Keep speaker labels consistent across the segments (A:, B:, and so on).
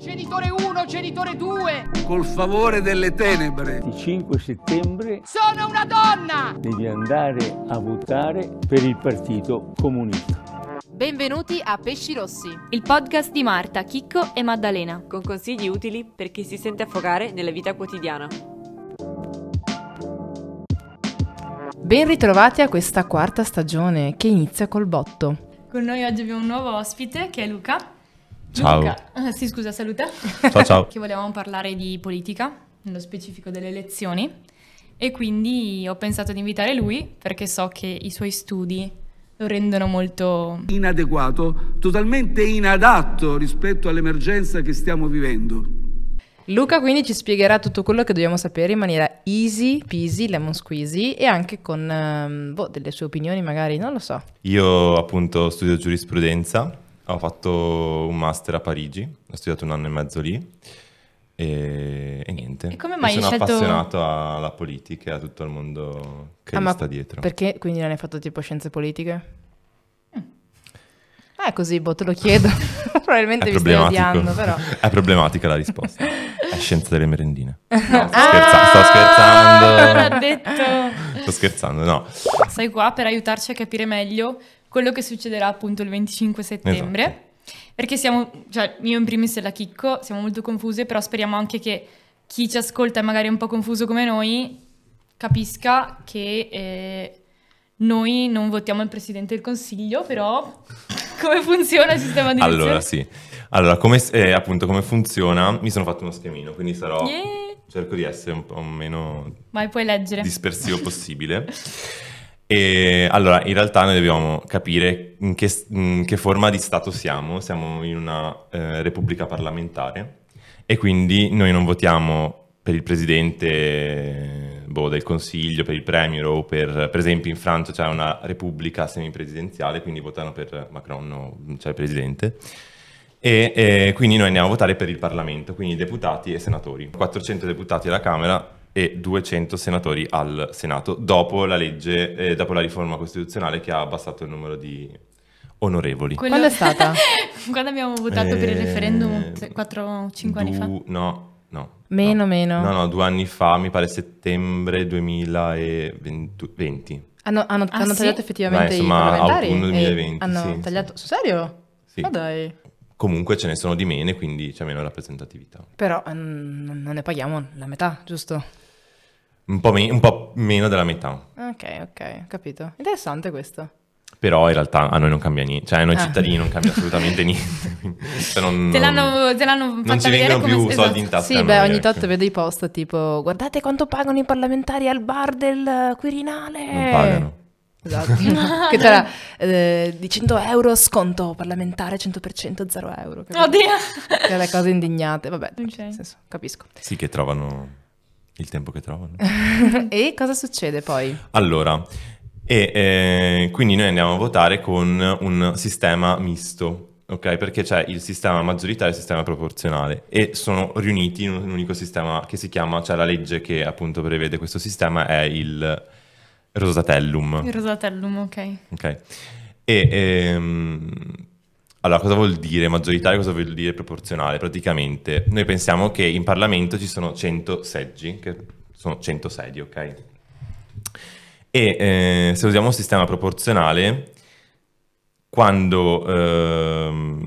A: Genitore 1, genitore 2.
B: Col favore delle tenebre.
C: Il 5 settembre
A: Sono una donna!
C: devi andare a votare per il Partito Comunista.
D: Benvenuti a Pesci Rossi.
E: Il podcast di Marta, Chicco e Maddalena.
F: con consigli utili per chi si sente affogare nella vita quotidiana.
G: Ben ritrovati a questa quarta stagione che inizia col botto.
H: Con noi oggi abbiamo un nuovo ospite che è Luca.
I: Ciao.
H: Luca, ah, sì, scusa, saluta.
I: Ciao ciao.
H: che volevamo parlare di politica, nello specifico delle elezioni. E quindi ho pensato di invitare lui perché so che i suoi studi lo rendono molto.
B: Inadeguato, totalmente inadatto rispetto all'emergenza che stiamo vivendo.
G: Luca quindi ci spiegherà tutto quello che dobbiamo sapere in maniera easy, peasy, lemon squeezy e anche con ehm, boh, delle sue opinioni magari, non lo so.
I: Io appunto studio giurisprudenza, ho fatto un master a Parigi, ho studiato un anno e mezzo lì e, e niente.
H: E come
I: Mi
H: mai hai
I: sono
H: scelto-
I: appassionato alla politica e a tutto il mondo che
G: Ah,
I: gli
G: ma
I: sta dietro.
G: Perché quindi non hai fatto tipo scienze politiche?
H: Mm.
G: Ah, così, boh, te lo chiedo. Probabilmente
I: È
G: vi stai
I: problematico.
G: odiando, però.
I: È problematica la risposta. È scienza delle merendine. No, sto,
G: Ah!
I: scherza- sto
H: L'ha
I: scherzando.
H: detto.
I: Sto scherzando, no.
H: Sei qua per aiutarci a capire meglio quello che succederà appunto il 25 settembre.
I: Esatto.
H: Perché siamo, cioè io in primis e la Chicco, siamo molto confuse, però speriamo anche che chi ci ascolta e magari è un po' confuso come noi capisca che eh, noi non votiamo il Presidente del Consiglio, però come funziona il sistema di
I: Allora,
H: elezioni?
I: sì. Allora, come, s- eh, appunto, come funziona? Mi sono fatto uno schemino, quindi sarò...
H: Yeah!
I: Cerco di essere un po' meno
H: Vai, puoi leggere.
I: dispersivo possibile. E allora, in realtà noi dobbiamo capire in che, in che forma di Stato siamo. Siamo in una eh, repubblica parlamentare e quindi noi non votiamo per il presidente boh, del Consiglio, per il Premier o per, per esempio in Francia c'è una repubblica semipresidenziale, quindi votano per Macron, o- cioè il presidente. E eh, quindi noi andiamo a votare per il Parlamento, quindi deputati e senatori. 400 deputati alla Camera e 200 senatori al Senato, dopo la legge, eh, dopo la riforma costituzionale che ha abbassato il numero di onorevoli.
H: Quello-
G: Quando è stata?
H: Quando abbiamo votato per il
I: Eh,
H: referendum 4-5 anni fa.
I: du- No, no.
G: Meno,
I: no.
G: meno.
I: No, no, due anni fa, mi pare settembre 2020.
G: Hanno, hanno-
H: Ah,
G: hanno
H: sì?
G: tagliato effettivamente
I: Beh, insomma,
G: i parlamentari?
I: autunno
G: E
I: 2020,
G: hanno
I: sì,
G: tagliato... Sul serio?
I: Sì.
G: Ma dai.
I: Comunque ce ne sono di meno, quindi c'è meno rappresentatività.
G: Però mm, non ne paghiamo la metà, giusto?
I: Un po', me- un po' meno della metà.
G: Ok, ok, capito. Interessante questo.
I: Però in realtà a noi non cambia niente, cioè a noi
G: Ah.
I: cittadini non cambia assolutamente niente. quindi, cioè, non-
H: Te
I: non-
H: l'hanno, te l'hanno fatta
I: non ci
H: vedere
I: vengono
H: come
I: più
H: esatto.
I: soldi in tasca.
G: sì,
I: a
G: beh,
I: noi,
G: ogni
I: ecco.
G: tanto vedo i post tipo guardate quanto pagano i parlamentari al bar del eh, Quirinale.
I: Non pagano.
G: Esatto. che c'era eh, di 100 euro sconto parlamentare 100% 0 euro. capito?
H: Oddio.
G: Che le cose indignate, vabbè,
H: Ok.
G: nel senso, capisco.
I: Sì, che trovano il tempo che trovano.
G: e cosa succede poi?
I: Allora, e, eh, quindi noi andiamo a votare con un sistema misto, ok? Perché c'è il sistema maggioritario e il sistema proporzionale e sono riuniti in un, un unico sistema che si chiama, cioè la legge che appunto prevede questo sistema è il Rosatellum.
H: Il Rosatellum, ok.
I: Ok. E ehm, allora cosa vuol dire maggioritario, cosa vuol dire proporzionale? Praticamente noi pensiamo che in Parlamento ci sono 100 seggi, che sono 100 sedi, ok? E eh, se usiamo un sistema proporzionale, quando ehm,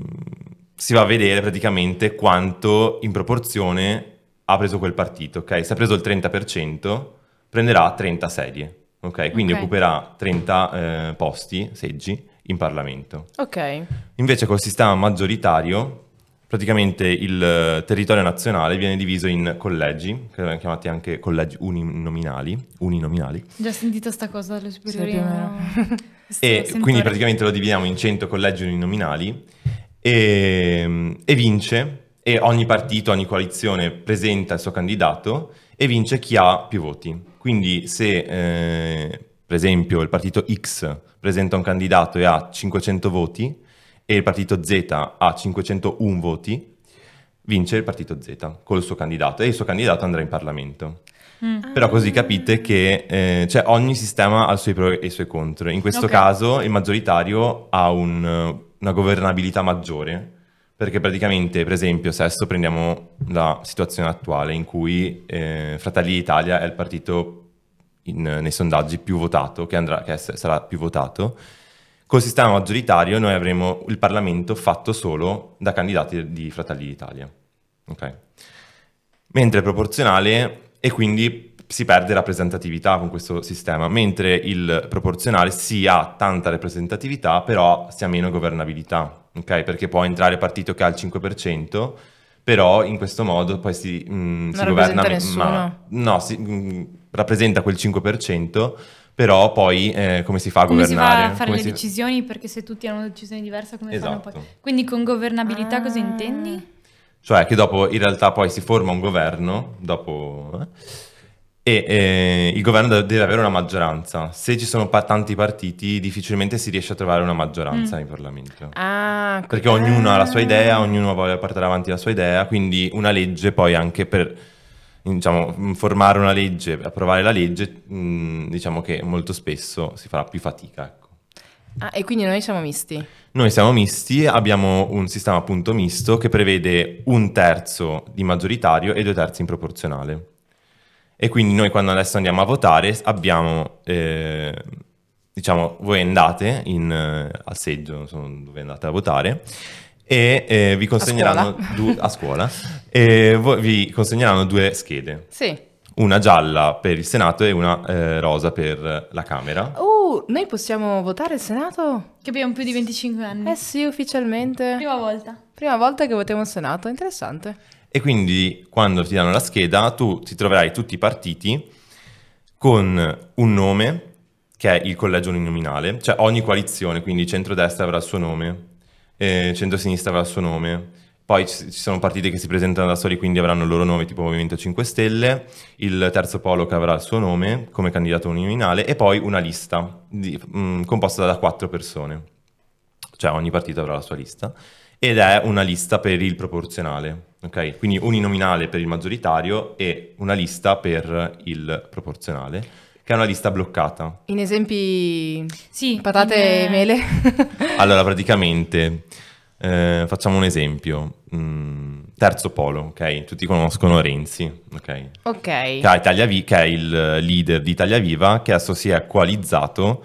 I: si va a vedere praticamente quanto in proporzione ha preso quel partito, ok? Se ha preso il 30%, prenderà 30 sedie, ok? Quindi
H: Ok.
I: occuperà 30 eh, posti, seggi, in Parlamento.
G: Ok.
I: Invece col sistema maggioritario, praticamente il eh, territorio nazionale viene diviso in collegi, che erano chiamati anche collegi uninominali, uninominali
H: Già sentito sta cosa dalle superiori.
G: più o meno.
H: no? Questo
I: e
H: sentore.
I: quindi praticamente lo dividiamo in 100 collegi uninominali e, e vince, e ogni partito, ogni coalizione presenta il suo candidato e vince chi ha più voti. Quindi se eh, per esempio il partito X presenta un candidato e ha 500 voti e il partito Z ha 501 voti, vince il partito Z col suo candidato e il suo candidato andrà in Parlamento.
H: Mm.
I: Però così capite che eh, cioè ogni sistema ha i suoi pro e i suoi contro. In questo
H: Ok.
I: caso il maggioritario ha un- una governabilità maggiore Perché praticamente, per esempio, se adesso prendiamo la situazione attuale in cui eh, Fratelli d'Italia è il partito in- nei sondaggi più votato, che, andrà, che s- sarà più votato, col sistema maggioritario noi avremo il Parlamento fatto solo da candidati di Fratelli d'Italia. Ok? mentre è proporzionale e quindi si perde rappresentatività con questo sistema, mentre il proporzionale si ha tanta rappresentatività, però si ha meno governabilità, ok? Perché può entrare partito che ha il 5%, però in questo modo poi si, mm, si
G: Non
I: governa...
G: rappresenta
I: me-
G: nessuno.
I: no, si, mm, rappresenta quel 5%, però poi eh, come si fa a
H: Come si
I: governare?
H: va a fare
I: Come
H: le
I: si-
H: decisioni? Perché se tutti hanno una decisione diversa, come fanno
I: Esatto.
H: poi? Quindi con governabilità cosa
G: Ah.
H: intendi?
I: Cioè che dopo in realtà poi si forma un governo, dopo... eh, e eh, il governo de- deve avere una maggioranza. Se ci sono pa- tanti partiti, difficilmente si riesce a trovare una maggioranza
H: Mm.
I: in Parlamento.
G: Ah, que-
I: Perché ognuno ha la sua
G: ah.
I: idea, ognuno vuole portare avanti la sua idea, quindi una legge poi anche per diciamo, formare una legge, approvare la legge, mh, diciamo che molto spesso si farà più fatica. Ecco.
G: Ah, e quindi noi siamo misti.
I: Noi siamo misti, abbiamo un sistema appunto misto che prevede un terzo di maggioritario e due terzi in proporzionale. E quindi noi quando adesso andiamo a votare abbiamo, eh, diciamo, voi andate in, eh, al seggio, non so dove andate a votare, e eh, vi consegneranno
G: scuola.
I: due- a scuola e vo- vi consegneranno due schede,
G: Sì.
I: una gialla per il Senato e una eh, rosa per la Camera.
G: Oh, noi possiamo votare il Senato?
H: Che abbiamo più di 25 anni.
G: Eh sì, ufficialmente.
H: Mm. Prima volta.
G: Prima volta che votiamo il Senato, interessante.
I: E quindi quando ti danno la scheda tu ti troverai tutti i partiti con un nome che è il collegio uninominale, cioè ogni coalizione, quindi centrodestra avrà il suo nome, eh, centrosinistra avrà il suo nome, poi ci, ci sono partiti che si presentano da soli quindi avranno il loro nome, tipo Movimento 5 Stelle, il terzo polo che avrà il suo nome come candidato uninominale e poi una lista di- mm, composta da quattro persone, cioè ogni partito avrà la sua lista ed è una lista per il proporzionale, ok? Quindi uninominale per il maggioritario e una lista per il proporzionale, che è una lista bloccata.
G: In esempi
H: Sì.
G: patate
H: in, eh,
G: e mele.
I: Allora, praticamente, eh, facciamo un esempio. Mm, terzo polo, ok? Tutti conoscono Renzi, ok?
G: ok.
I: Che, ha Italia Vi- che è il leader di Italia Viva, che adesso si è coalizzato,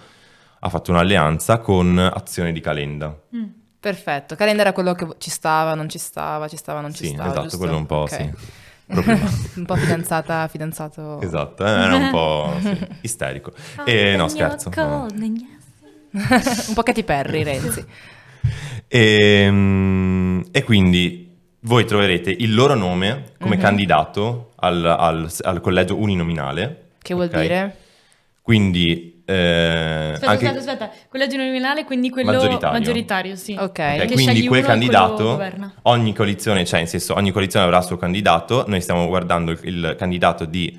I: ha fatto un'alleanza con Azione di Calenda.
H: mm.
G: Perfetto, Calenda era quello che vo- ci stava, non ci stava, ci stava, non ci
I: Sì,
G: stava.
I: esatto,
G: giusto?
I: quello un po',
G: Ok.
I: sì. Proprio.
G: un po' fidanzata, fidanzato.
I: Esatto, eh, era un po' sì, isterico.
H: Ah,
I: Eh, no, scherzo. no. Esatto.
G: un po' Katy Perry, Renzi.
I: Ehm, E, quindi voi troverete il loro nome come
H: Mhm.
I: candidato al, al- al collegio uninominale.
G: Che vuol
I: ok?
G: dire?
I: Quindi... eh,
H: Aspetta,
I: anche-
H: aspetta, aspetta. Collegio nominale, quindi quello
I: Maggioritario.
H: maggioritario, sì.
G: Ok.
I: Ok,
H: Che
I: eh, quindi
H: scegli uno e
I: quel
H: quello
I: candidato,
H: governa.
I: ogni coalizione, cioè in senso, ogni coalizione avrà il suo candidato, noi stiamo guardando il, il candidato di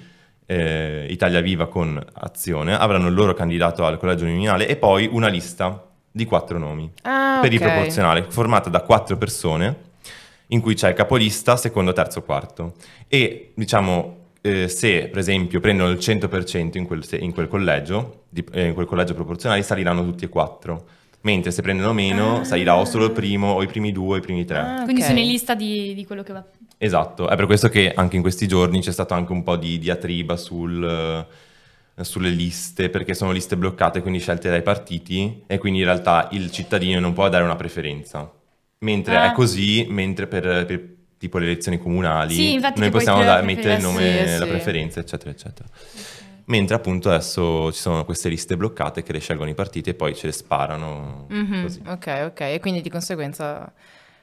I: eh, Italia Viva con Azione, avranno il loro candidato al collegio uninominale e poi una lista di quattro nomi
G: Ah,
I: per il
G: ok.
I: proporzionale, formata da quattro persone, in cui c'è il capolista, secondo, terzo, quarto. E diciamo, eh, se per esempio prendono il 100% in quel, se- in quel collegio, di- eh, in quel collegio proporzionale, saliranno tutti e quattro. Mentre se prendono meno, salirà o solo il primo, o i primi due, o i primi tre.
G: Ah,
H: Quindi
G: ok.
H: sono in lista di, di quello che va.
I: Esatto, è per questo che anche in questi giorni c'è stato anche un po' di diatriba sul, eh, sulle liste, perché sono liste bloccate, quindi scelte dai partiti, e quindi in realtà il cittadino non può dare una preferenza. Mentre
H: Ah.
I: è così, mentre per, per tipo le elezioni comunali
H: Sì, infatti
I: noi
H: che puoi
I: possiamo
H: creare la
I: da- mettere il
H: preferenza.
I: nome,
G: Sì,
I: la
G: sì.
I: preferenza, eccetera, eccetera. Mentre appunto adesso ci sono queste liste bloccate che le scelgono i partiti e poi ce le sparano
G: Mhm,
I: così.
G: Ok, ok, e quindi di conseguenza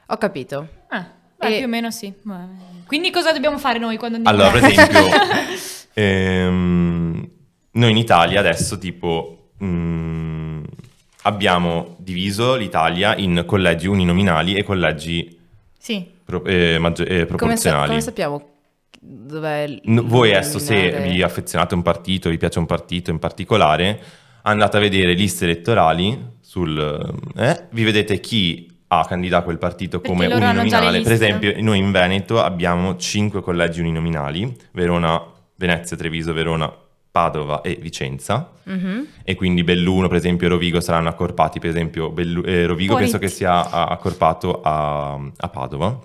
G: ho capito.
H: Ah, beh,
G: E-
H: più o meno sì. Vabbè. Quindi cosa dobbiamo fare noi quando andiamo
I: Allora, per esempio, ehm, noi in Italia adesso tipo mm, abbiamo diviso l'Italia in collegi uninominali e collegi
H: Sì.
I: pro- eh, maggi-
G: Come, sa-
I: eh, proporzionali.
G: come sappiamo dov'è il
I: No, voi adesso se
G: nominale?
I: vi affezionate a un partito, vi piace un partito in particolare, andate a vedere liste elettorali, sul, eh, vi vedete chi ha candidato quel partito
H: Perché
I: come
H: loro hanno già le
I: uninominale. Per
H: liste.
I: esempio noi in Veneto abbiamo 5 collegi uninominali, Verona, Venezia, Treviso, Verona, Padova e Vicenza.
G: Mhm.
I: E quindi Belluno, per esempio, e Rovigo saranno accorpati, per esempio, Bellu- eh, Rovigo
E: Poretti.
I: penso che sia a- accorpato a, a Padova.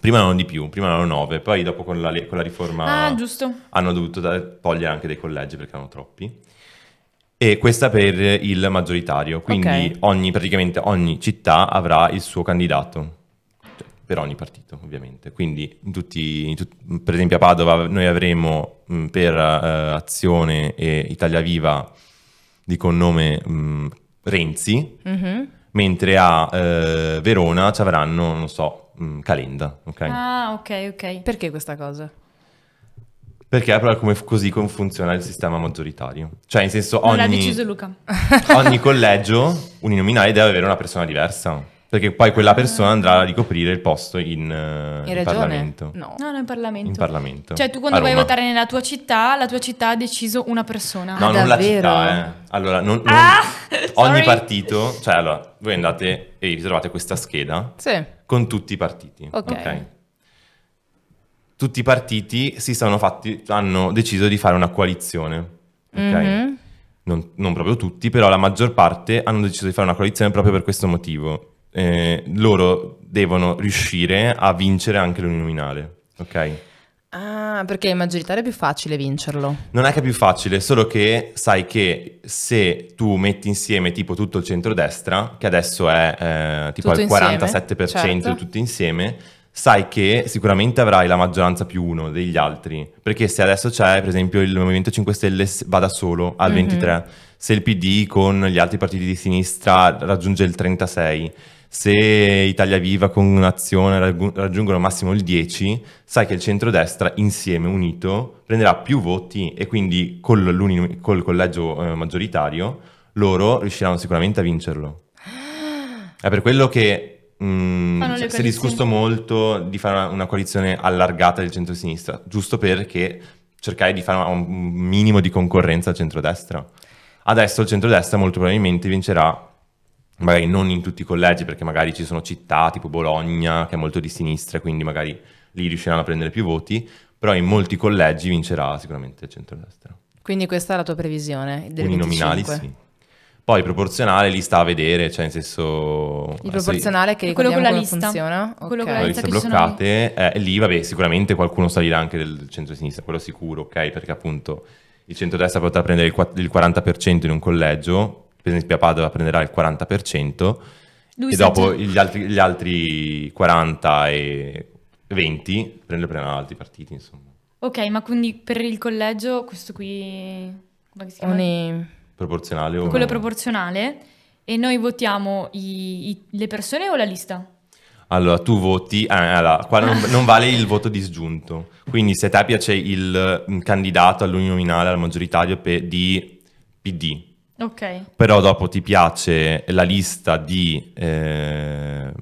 I: Prima erano di più, prima erano nove, poi dopo con la, le- con la riforma
H: Ah, giusto.
I: hanno dovuto da- togliere anche dei collegi perché erano troppi. E questa per il maggioritario, quindi
G: Ok.
I: ogni- praticamente ogni città avrà il suo candidato, Cioè, per ogni partito ovviamente. Quindi in tutti, in tut- per esempio a Padova noi avremo mh, per eh, Azione e Italia Viva di cognome mh, Renzi,
G: Mhm.
I: mentre a eh, Verona ci avranno, non so, mh, Calenda, ok?
H: Ah, ok, ok.
G: Perché questa cosa?
I: Perché è proprio come- così come funziona il sistema maggioritario. Cioè, in senso,
H: Non l'ha
I: ogni,
H: deciso Luca.
I: Eh, ogni collegio uninominale deve avere una persona diversa. Perché poi
H: Ah.
I: quella persona andrà a ricoprire il posto in, eh,
G: In
I: in
G: ragione?
I: Parlamento.
G: No.
H: No, no, in Parlamento.
I: In Parlamento.
H: Cioè, tu quando
I: A
H: vai a
I: Roma.
H: votare nella tua città, la tua città ha deciso una persona.
I: No,
G: Ah,
I: non la
G: davvero?
I: città, eh. Allora, non- non-
H: Ah,
I: ogni
H: sorry.
I: partito... Cioè, allora, voi andate e vi trovate questa scheda
G: Sì.
I: con tutti i partiti.
G: Ok.
I: ok? Tutti i partiti si sono fatti, hanno deciso di fare una coalizione. Ok?
H: Mm-hmm.
G: Mhm.
I: non, non proprio tutti, però la maggior parte hanno deciso di fare una coalizione proprio per questo motivo. Eh, loro devono riuscire a vincere anche l'uninominale, ok?
G: Ah, perché il maggioritario è più facile vincerlo.
I: Non è che è più facile, solo che sai che se tu metti insieme tipo tutto il centrodestra, che adesso è eh, tipo
G: Tutto
I: al
G: insieme,
I: 47%
G: certo.
I: tutti insieme, sai che sicuramente avrai la maggioranza più uno degli altri, perché se adesso c'è per esempio il Movimento 5 Stelle s- va da solo al
G: Mhm.
I: 23, se il PD con gli altri partiti di sinistra raggiunge il 36, se Italia Viva con un'azione raggu- raggiungono massimo il 10, sai che il centrodestra insieme, unito, prenderà più voti e quindi col, l'uni- col collegio eh, maggioritario loro riusciranno sicuramente a vincerlo. È per quello che mm,
H: Fanno le
I: si è
H: coalizioni.
I: discusso molto di fare una, una coalizione allargata del centrosinistra, giusto perché cercare di fare un un minimo di concorrenza al centrodestra. Adesso il centrodestra molto probabilmente vincerà, magari non in tutti i collegi, perché magari ci sono città tipo Bologna che è molto di sinistra, quindi magari lì riusciranno a prendere più voti, però in molti collegi vincerà sicuramente il centrodestra.
G: Quindi questa è la tua previsione del
I: Uninominali
G: 25.
I: sì. Poi proporzionale lì sta a vedere, cioè in senso...
G: Il
I: adesso-
G: proporzionale che
H: È quello
G: ricordiamo
H: con la
G: come
H: lista.
G: funziona.
H: Quello
G: Ok.
H: con la
I: le
H: lista.
I: liste
H: che ci sono-
I: bloccate, eh, lì vabbè sicuramente qualcuno salirà anche del centro-sinistra, quello sicuro, ok? Perché appunto il centrodestra potrà prendere il, qua- il 40% in un collegio, per esempio a Padova prenderà il 40%,
H: Lui
I: e
H: sa
I: dopo
H: già-
I: gli altri, gli altri 40 e 20 prende- prenderanno altri partiti, insomma.
H: Ok, ma quindi per il collegio, questo qui... Come si chiama?
G: Uni-
I: Proporzionale o...
H: Quello proporzionale. E noi votiamo i- i- le persone o la lista?
I: Allora, tu voti, ah, allora, qua non, non vale il voto disgiunto. Quindi, se a te piace il mm, candidato all'uninominale, al maggioritario pe- di PD,
H: Ok.
I: però dopo ti piace la lista di eh,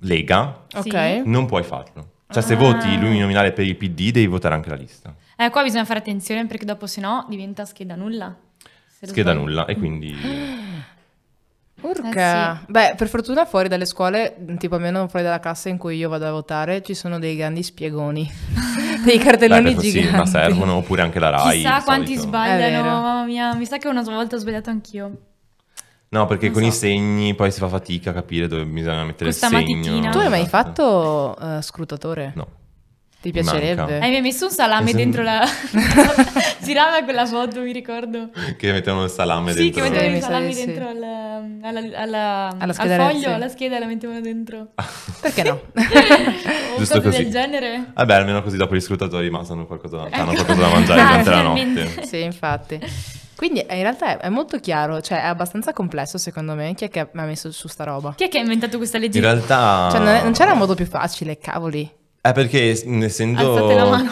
I: Lega,
G: Ok.
H: Sì.
I: non puoi farlo. Cioè, se
H: Ah.
I: voti l'uninominale per il PD, devi votare anche la lista.
H: Eh, qua bisogna fare attenzione perché dopo se no diventa scheda nulla. Se lo
I: Scheda
H: sbagli-
I: nulla, e quindi.
G: Urca.
H: Eh sì.
G: Beh, per fortuna fuori dalle scuole, tipo almeno fuori dalla classe in cui io vado a votare, ci sono dei grandi spiegoni, dei
I: Beh,
G: cartelloni
I: adesso sì,
G: giganti.
I: ma servono oppure anche la RAI.
H: Chissà
I: di
H: quanti
I: solito.
G: È
H: sbagliano,
G: vero.
H: mamma mia. Mi sa che una volta ho sbagliato anch'io.
I: No, perché
H: Non
I: con
H: so.
I: i segni poi si fa fatica a capire dove bisogna mettere
H: Questa
I: il segno.
H: matitina.
G: Tu hai mai
I: Esatto.
G: fatto eh, scrutatore?
I: No.
G: Ti
I: Mi manca.
G: piacerebbe?
H: Eh, mi hai messo un salame
I: Esatto.
H: dentro la... Girava quella foto, mi ricordo.
I: Che mettevano il salame
H: Sì, che
I: dentro.
G: mettevano
H: mettevano
G: Sì,
H: i salami
G: mi sa di sì.
H: dentro al- alla- alla- al
G: scheda,
H: foglio,
G: sì.
H: alla scheda, la mettevano dentro.
G: Perché no?
H: o
I: Giusto
H: cose
I: così.
H: del genere.
I: Vabbè, almeno così dopo gli scrutatori ma hanno qualcosa, hanno
H: Ecco.
I: qualcosa da mangiare
H: Ah,
I: durante la
H: finalmente.
I: notte.
G: sì, infatti. Quindi eh, in realtà è, è molto chiaro, cioè è abbastanza complesso secondo me. Chi è che mi ha messo su sta roba?
H: Chi è che ha inventato questa legge?
I: In realtà...
G: Cioè non, è- non c'era un modo più facile, cavoli.
I: È perché mm,
H: Alzate la
I: essendo...
H: mano.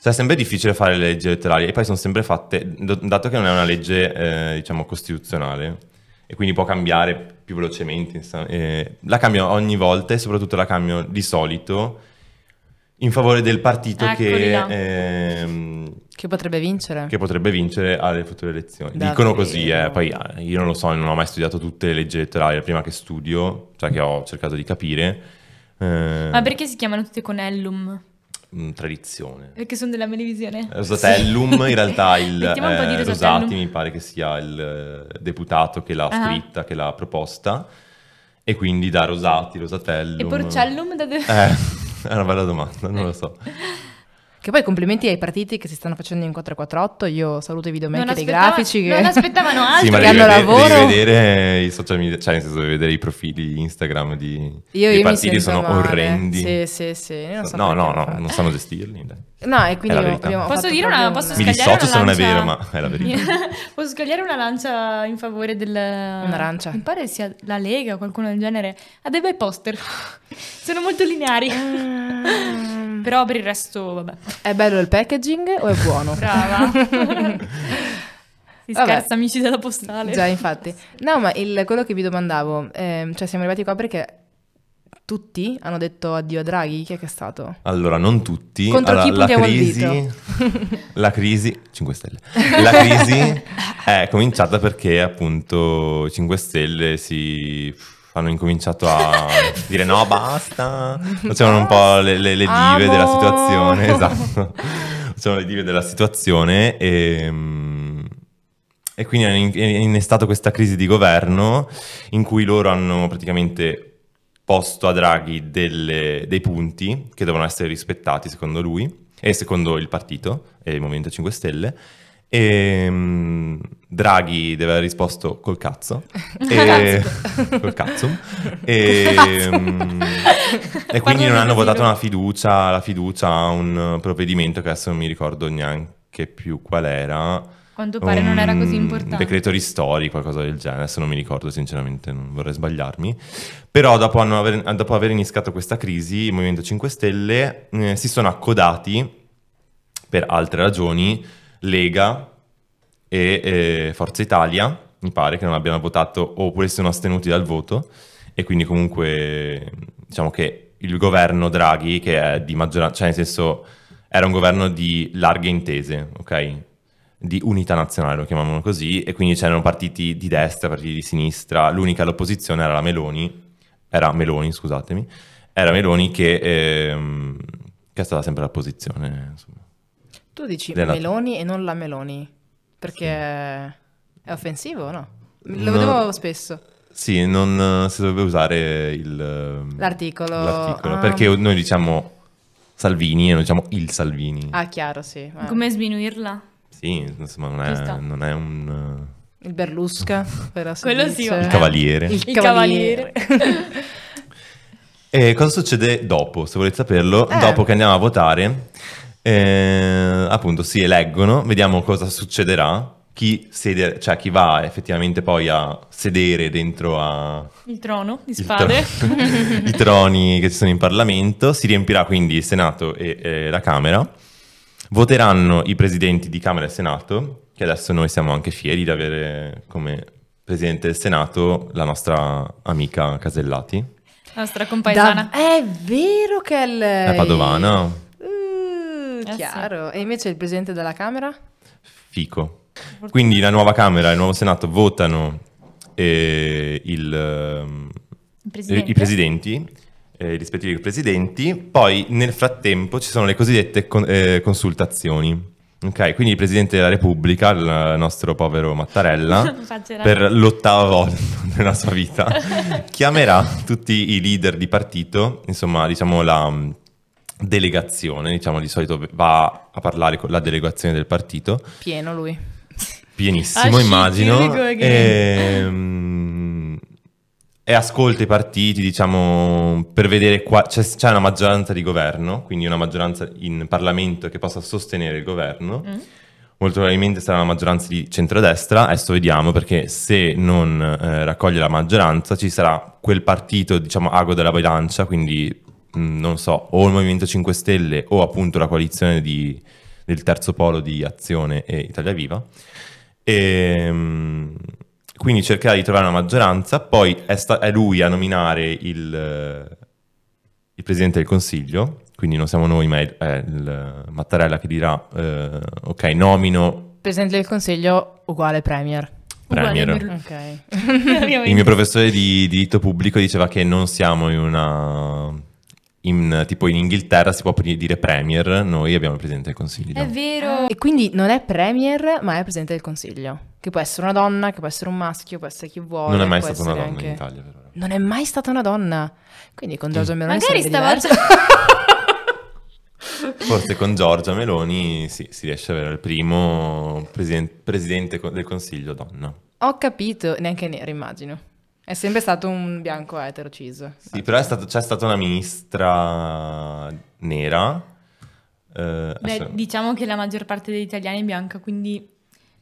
I: Cioè, è sempre difficile fare le leggi elettorali e poi sono sempre fatte, do- dato che non è una legge, eh, diciamo, costituzionale e quindi può cambiare più velocemente, insomma, eh, la cambio ogni volta e soprattutto la cambio di solito in favore del partito
H: Eccoli là.
I: che, ehm,
G: Che potrebbe vincere?
I: che potrebbe vincere alle future elezioni.
G: Davvero?
I: Dicono così, eh, poi eh, io non lo so, non ho mai studiato tutte le leggi elettorali, la prima che studio, cioè che ho cercato di capire. eh,
H: Ma perché si chiamano tutte con Ellum?
I: mm, tradizione. Eh,
H: Perché sono della Melevisione.
I: Rosatellum,
H: Sì.
I: Esatto, in realtà il
H: Mettiamo un po' di
I: eh,
H: Rosatellum.
I: Rosati mi pare che sia il eh, deputato che l'ha
H: Ah.
I: scritta, che l'ha proposta, e quindi da Rosati, Rosatellum...
H: E Porcellum da dove?
I: Eh, è una bella domanda, non lo so.
G: Che poi complimenti ai partiti che si stanno facendo in 448. Io saluto i videomaker e i
H: aspettava-
G: grafici che
H: non aspettavano altro.
I: Sì, ma
G: che
I: devi,
G: hanno
I: vede- devi
G: lavoro.
I: vedere i social media, cioè nel senso devi vedere i profili Instagram di,
G: Io,
I: dei
G: io mi sento
I: partiti, sono
G: male.
I: orrendi.
G: Sì, sì, sì. io Eh, non so
I: no,
G: perché eh.
I: no,
G: lo
I: no,
G: fanno.
I: non sanno gestirli. dai.
G: No, e
I: È
G: quindi
I: la
G: abbiamo-
I: verità.
G: abbiamo
H: Posso
G: fatto
H: dire una-
G: proprio
H: posso scagliare
I: Mi dissocio
H: una
I: se non è
H: lancia-
I: vero, ma è la verità.
H: Posso scagliare una lancia in favore del...
G: Un'arancia.
H: Mi pare sia la Lega o qualcuno del genere. Ha dei bei poster. Sono molto lineari.
I: Ah.
G: Mm.
H: Però per il resto, vabbè.
G: È bello il packaging o è buono?
H: Brava. Si
G: Vabbè.
H: scherza, amici della postale.
G: Già, infatti. No, ma il- quello che vi domandavo, ehm, cioè siamo arrivati qua perché tutti hanno detto addio a Draghi, chi è che è stato?
I: Allora, non tutti.
G: Contro
I: Allora,
G: chi puntiamo
I: la
G: il
I: crisi, La crisi... 5 Stelle. La crisi è cominciata perché appunto 5 Stelle si... hanno incominciato a dire no, basta. Facevano un po' le, le- le dive
G: Amo.
I: della situazione. Esatto. Facevano le dive della situazione e... mm, E quindi hanno in- è innestata questa crisi di governo in cui loro hanno praticamente posto a Draghi delle- dei punti che devono essere rispettati secondo lui e secondo il partito e il Movimento 5 Stelle. E mm, Draghi deve aver risposto col cazzo. E, col cazzo. E, mm, e quindi non
H: Parlo
I: hanno
H: così,
I: votato
H: no?
I: una fiducia, la fiducia a un eh, provvedimento che adesso non mi ricordo neanche più qual era.
H: Quanto pare non era così
I: Un
H: importante.
I: Mm, Decreto ristori, qualcosa del genere, adesso non mi ricordo sinceramente, non vorrei sbagliarmi. Però dopo, hanno aver, dopo aver iniziato questa crisi, il Movimento 5 Stelle eh, si sono accodati, per altre ragioni, Lega e eh, Forza Italia, mi pare che non abbiano votato oppure si sono astenuti dal voto e quindi comunque diciamo che il governo Draghi, che è di maggioranza, cioè nel senso era un governo di larghe intese, ok? Di unità nazionale, lo chiamavano così, e quindi c'erano partiti di destra, partiti di sinistra, l'unica all'opposizione era la Meloni, era Meloni, scusatemi, era Meloni che, ehm, che è stata sempre l'opposizione, insomma.
G: Tu dici
I: Della-
G: Meloni e non la Meloni, perché è offensivo, no? Lo
I: No.
G: vedevo spesso.
I: Sì, non eh, si doveva usare il, ehm,
G: L'articolo.
I: l'articolo,
G: Ah.
I: perché noi diciamo Salvini e noi diciamo il Salvini.
G: Ah, chiaro, sì. eh.
H: Come sminuirla?
I: Sì, insomma, non
H: Ci sta.
I: è, non è un eh,
G: Il Berlusca, però si
H: Quello sì,
G: dice.
H: vabbè.
I: il cavaliere.
G: Il
H: Il
G: cavaliere.
I: E cosa succede dopo, se volete saperlo,
G: Eh.
I: dopo che andiamo a votare, eh, appunto si eleggono, vediamo cosa succederà, chi, sede- cioè, chi va effettivamente poi a sedere dentro a,
H: Il trono di
I: il
H: spade.
I: tro- i troni che ci sono in Parlamento, si riempirà quindi il Senato e eh, la Camera, voteranno i presidenti di Camera e Senato, che adesso noi siamo anche fieri di avere come presidente del Senato la nostra amica Casellati,
H: La nostra compaesana.
G: Dav- è vero che è lei.
I: è padovana,
G: Uh,
H: Eh, sì.
G: chiaro. E invece il presidente della Camera?
I: fico. Quindi la nuova Camera e il nuovo Senato votano eh, il, ehm,
H: Il
I: i presidenti, eh, i rispettivi presidenti, poi nel frattempo ci sono le cosiddette con- eh, consultazioni. Ok, quindi il Presidente della Repubblica, il nostro povero Mattarella,
H: Faccerà.
I: per l'ottava volta nella sua vita, chiamerà tutti i leader di partito, insomma, diciamo la mh, delegazione, diciamo di solito va a parlare con la delegazione del partito,
G: Pieno lui.
H: Ah,
I: pienissimo
H: shit, here we
I: immagino
H: go
I: e,
H: again.
I: mm, e ascolta i partiti diciamo per vedere qua c'è, c'è una maggioranza di governo quindi una maggioranza in Parlamento che possa sostenere il governo
H: Mm.
I: molto probabilmente sarà una maggioranza di centrodestra adesso vediamo perché se non eh, raccoglie la maggioranza ci sarà quel partito diciamo ago della bilancia quindi mm, non so o il Movimento 5 Stelle o appunto la coalizione di- del terzo polo di Azione e Italia Viva e, mm, quindi cercherà di trovare una maggioranza, poi è, sta- è lui a nominare il, eh, il presidente del consiglio, quindi non siamo noi, ma è, è il eh, Mattarella che dirà: eh, Ok, nomino
G: Presidente del Consiglio uguale Premier.
I: Premier.
G: Ok.
I: Il mio professore di diritto pubblico diceva che non siamo in una in- tipo in Inghilterra si può pre- dire Premier, noi abbiamo il Presidente del Consiglio.
H: È vero.
G: E quindi non è premier, ma è presidente del consiglio. Che può essere una donna, che può essere un maschio, può essere chi vuole.
I: non è mai
G: può
I: stata una donna
G: essere
I: in
G: anche-
I: Italia, per ora.
G: Non è mai stata una donna. Quindi con Giorgio Meloni
E: Magari
G: sarebbe
E: stavolta-
G: diverso.
I: Forse con Giorgia Meloni sì, si riesce ad avere il primo presiden- Presidente co- del Consiglio donna.
G: Ho capito, neanche nero immagino. È sempre stato un bianco eterociso.
I: Sì, però è stato- c'è stata una ministra nera. eh, adesso-
H: Beh, diciamo che la maggior parte degli italiani è bianca, quindi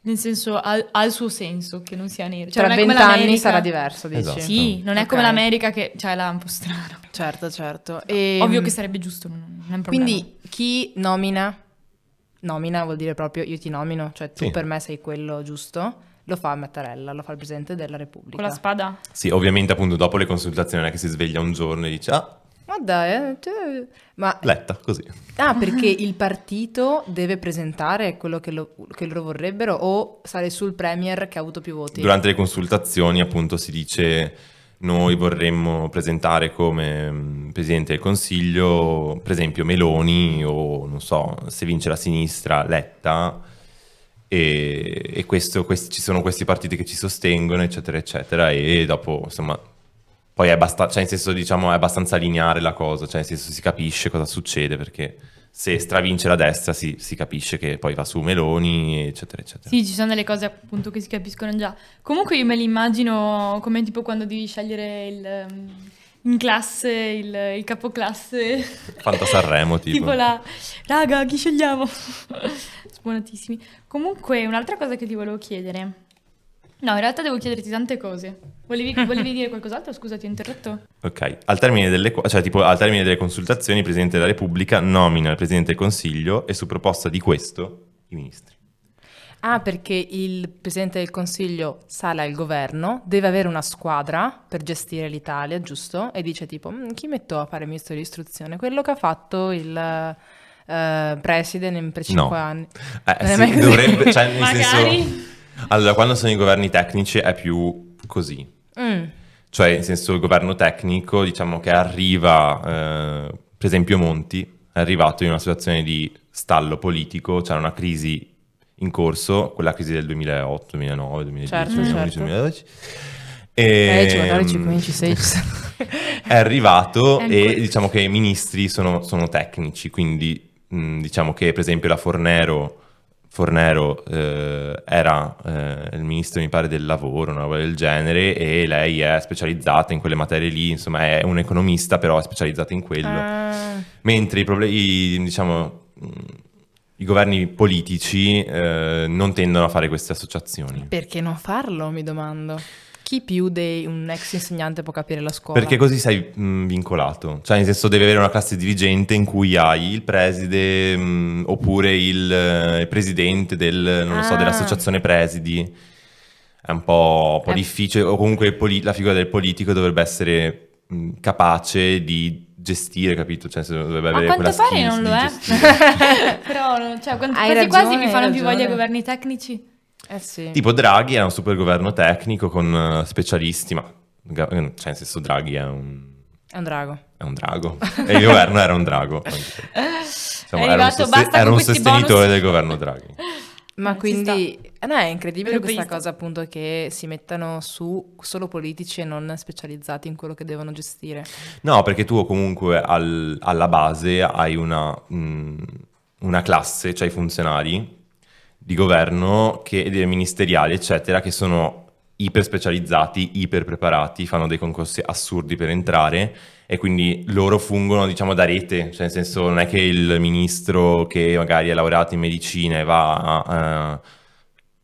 H: nel senso ha, ha il suo senso che non sia nero. Cioè,
G: Tra
H: non è come
G: vent'anni
H: l'America.
G: sarà diverso, dici?
I: Esatto.
H: Sì, non è
G: Ok.
H: come l'America che cioè, là è un po' strano.
G: Certo, certo. E-
H: Ovvio che sarebbe giusto, non, non è un problema.
G: Quindi chi nomina, nomina vuol dire proprio io ti nomino, cioè tu
I: Sì.
G: per me sei quello giusto, lo fa Mattarella, lo fa il Presidente della Repubblica.
H: con la spada.
I: Sì, ovviamente appunto dopo le consultazioni non è che si sveglia un giorno e dice ah,
G: Ma dai, eh, tu- ma
I: letta, così.
G: ah, perché il partito deve presentare quello che, lo- che loro vorrebbero o stare sul Premier che ha avuto più voti?
I: Durante le consultazioni appunto si dice noi vorremmo presentare come mh, Presidente del Consiglio, per esempio Meloni o non so, se vince la sinistra, Letta e, e questo- questi- ci sono questi partiti che ci sostengono eccetera eccetera e dopo insomma poi è abbastanza, cioè in senso diciamo è abbastanza lineare la cosa, cioè in senso si capisce cosa succede perché se stravince la destra si, si capisce che poi va su Meloni eccetera eccetera.
H: Sì, ci sono delle cose appunto che si capiscono già. Comunque io me li immagino come tipo quando devi scegliere il, ehm, in classe il, il capoclasse.
I: Fanta Sanremo, tipo.
H: la... Raga, chi scegliamo? Sbuonatissimi. Comunque, un'altra cosa che ti volevo chiedere. No, in realtà devo chiederti tante cose. Volevi, volevi dire qualcos'altro? Scusa, ti ho interrotto.
I: Ok, al termine, delle, qua- cioè, tipo, al termine delle consultazioni il Presidente della Repubblica nomina il Presidente del Consiglio e su proposta di questo i ministri.
G: Ah, perché il Presidente del Consiglio sale al governo, deve avere una squadra per gestire l'Italia, giusto? E dice tipo, "Mm, chi metto a fare ministro dell'istruzione? Quello che ha fatto il eh, Presidente in per cinque anni.
I: Eh,
G: Non è
I: sì,
G: mai così.
I: dovrebbe, cioè, nel
H: Magari.
I: senso... Allora, quando sono i governi tecnici è più così.
G: Mm,
I: Cioè, in senso, il governo tecnico, diciamo che arriva, eh, per esempio Monti, è arrivato in una situazione di stallo politico, c'era una crisi in corso, quella crisi del 2008, 2009, 2010,
G: Certo,
I: 2011,
G: certo.
I: 2012.
G: Eh,
I: E...
G: 14, 15, 16.
I: è arrivato
H: È
I: e
H: ancora-
I: diciamo che i ministri sono, sono tecnici, quindi mh, diciamo che per esempio la Fornero, Fornero eh, era eh, il ministro mi pare del lavoro, una roba del genere, e lei è specializzata in quelle materie lì, insomma è un economista però è specializzata in quello.
H: Eh.
G: Ah,
I: Mentre i problemi, diciamo, mh, i governi politici eh, non tendono a fare queste associazioni.
G: perché non farlo, mi domando. Chi più di un ex insegnante può capire la scuola?
I: Perché così sei mh, vincolato, cioè nel senso devi avere una classe dirigente in cui hai il preside mh, oppure il eh, presidente del, non lo so,
G: Ah.
I: dell'associazione presidi, è un po', un po'
G: Eh.
I: difficile, o comunque il poli- la figura del politico dovrebbe essere mh, capace di gestire, capito? Cioè se dovrebbe
H: A
I: avere
H: quanto
I: quella
H: pare
I: skills
H: non
I: di
H: lo è.
I: gestire.
H: Però, no, cioè, quant-
G: Hai
H: quasi quasi
G: ragione,
H: mi fanno
G: hai
H: più voglia i
G: ragione.
H: governi tecnici.
G: Eh sì.
I: Tipo Draghi era un super governo tecnico con eh, specialisti, ma ga- cioè nel senso Draghi è un...
G: È un drago.
I: È un drago. E il governo era un drago. Diciamo,
H: È
I: era un,
H: arrivato, basta con
I: era un
H: questi
I: sostenitore
H: bonus.
I: del governo Draghi.
G: Ma
H: Ci
G: quindi eh, no, è incredibile
H: Europeista.
G: questa cosa appunto che si mettano su solo politici e non specializzati in quello che devono gestire.
I: No, perché tu comunque al- alla base hai una, mh, una classe, cioè i funzionari di governo, che, dei ministeriali, eccetera, che sono iper specializzati, iper preparati, fanno dei concorsi assurdi per entrare e quindi loro fungono, diciamo, da rete, cioè nel senso non è che il ministro che magari è laureato in medicina e va a... eh, a-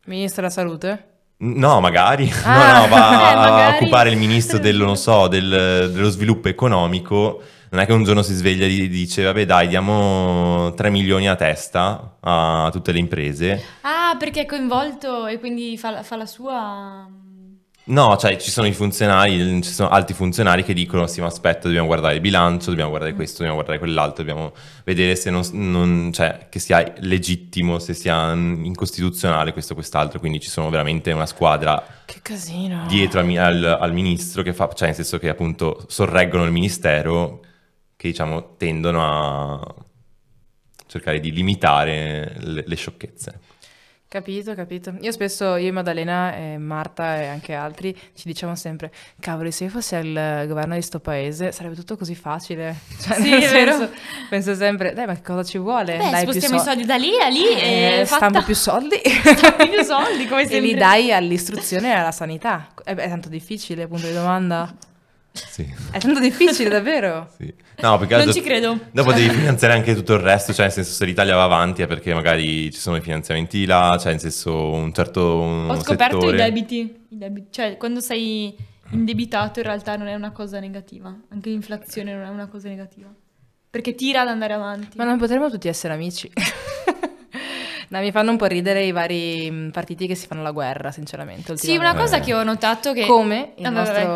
G: Ministro della salute?
I: No, magari.
G: Ah.
I: No, no, va
H: Eh,
I: a
H: magari.
I: occupare il ministro del, non so, del- dello sviluppo economico. Non è che un giorno si sveglia e gli dice, vabbè dai, diamo 3 milioni a testa a tutte le imprese.
H: Ah, perché è coinvolto e quindi fa, la- fa la sua... mm,
I: No, cioè ci sono i funzionari, ci sono altri funzionari che dicono, sì, ma aspetta, dobbiamo guardare il bilancio, dobbiamo guardare questo, dobbiamo guardare quell'altro, dobbiamo vedere se non, non- cioè, che sia legittimo, se sia incostituzionale questo o quest'altro. Quindi ci sono veramente una squadra
G: Che casino.
I: dietro al, mi- al- al ministro che fa, cioè nel senso che appunto sorreggono il ministero che diciamo tendono a cercare di limitare le, le sciocchezze.
G: Capito, capito. Io spesso, io e Maddalena, e Marta e anche altri, ci diciamo sempre, cavoli, se io fossi al governo di sto paese sarebbe tutto così facile. Cioè,
H: Sì,
G: nel
H: è vero.
G: senso, penso sempre, dai, ma che cosa ci vuole?
H: Beh,
G: dai, più
H: spostiamo i
G: so-
H: soldi da lì a lì e
G: Eh, stampo
H: fatta.
G: più soldi.
H: Stampi più soldi, come
G: E li
H: sempre.
G: dai all'istruzione e alla sanità. Eh beh, È, tanto difficile, punto di domanda.
I: Sì.
G: È tanto difficile, davvero.
I: Sì. No, perché
H: Non ci credo.
I: Dopo devi finanziare anche tutto il resto, cioè nel senso se l'Italia va avanti è perché magari ci sono i finanziamenti là, cioè nel senso un certo un
H: Ho scoperto
I: settore.
H: i debiti. i debiti. Cioè, quando sei indebitato in realtà non è una cosa negativa. Anche l'inflazione non è una cosa negativa. Perché tira ad andare avanti.
G: Ma non potremmo tutti essere amici. No, mi fanno un po' ridere i vari mh, partiti che si fanno la guerra, sinceramente.
H: Sì, una
I: ultimamente.
H: cosa che ho notato che...
G: come il
H: Ah, vabbè, vabbè.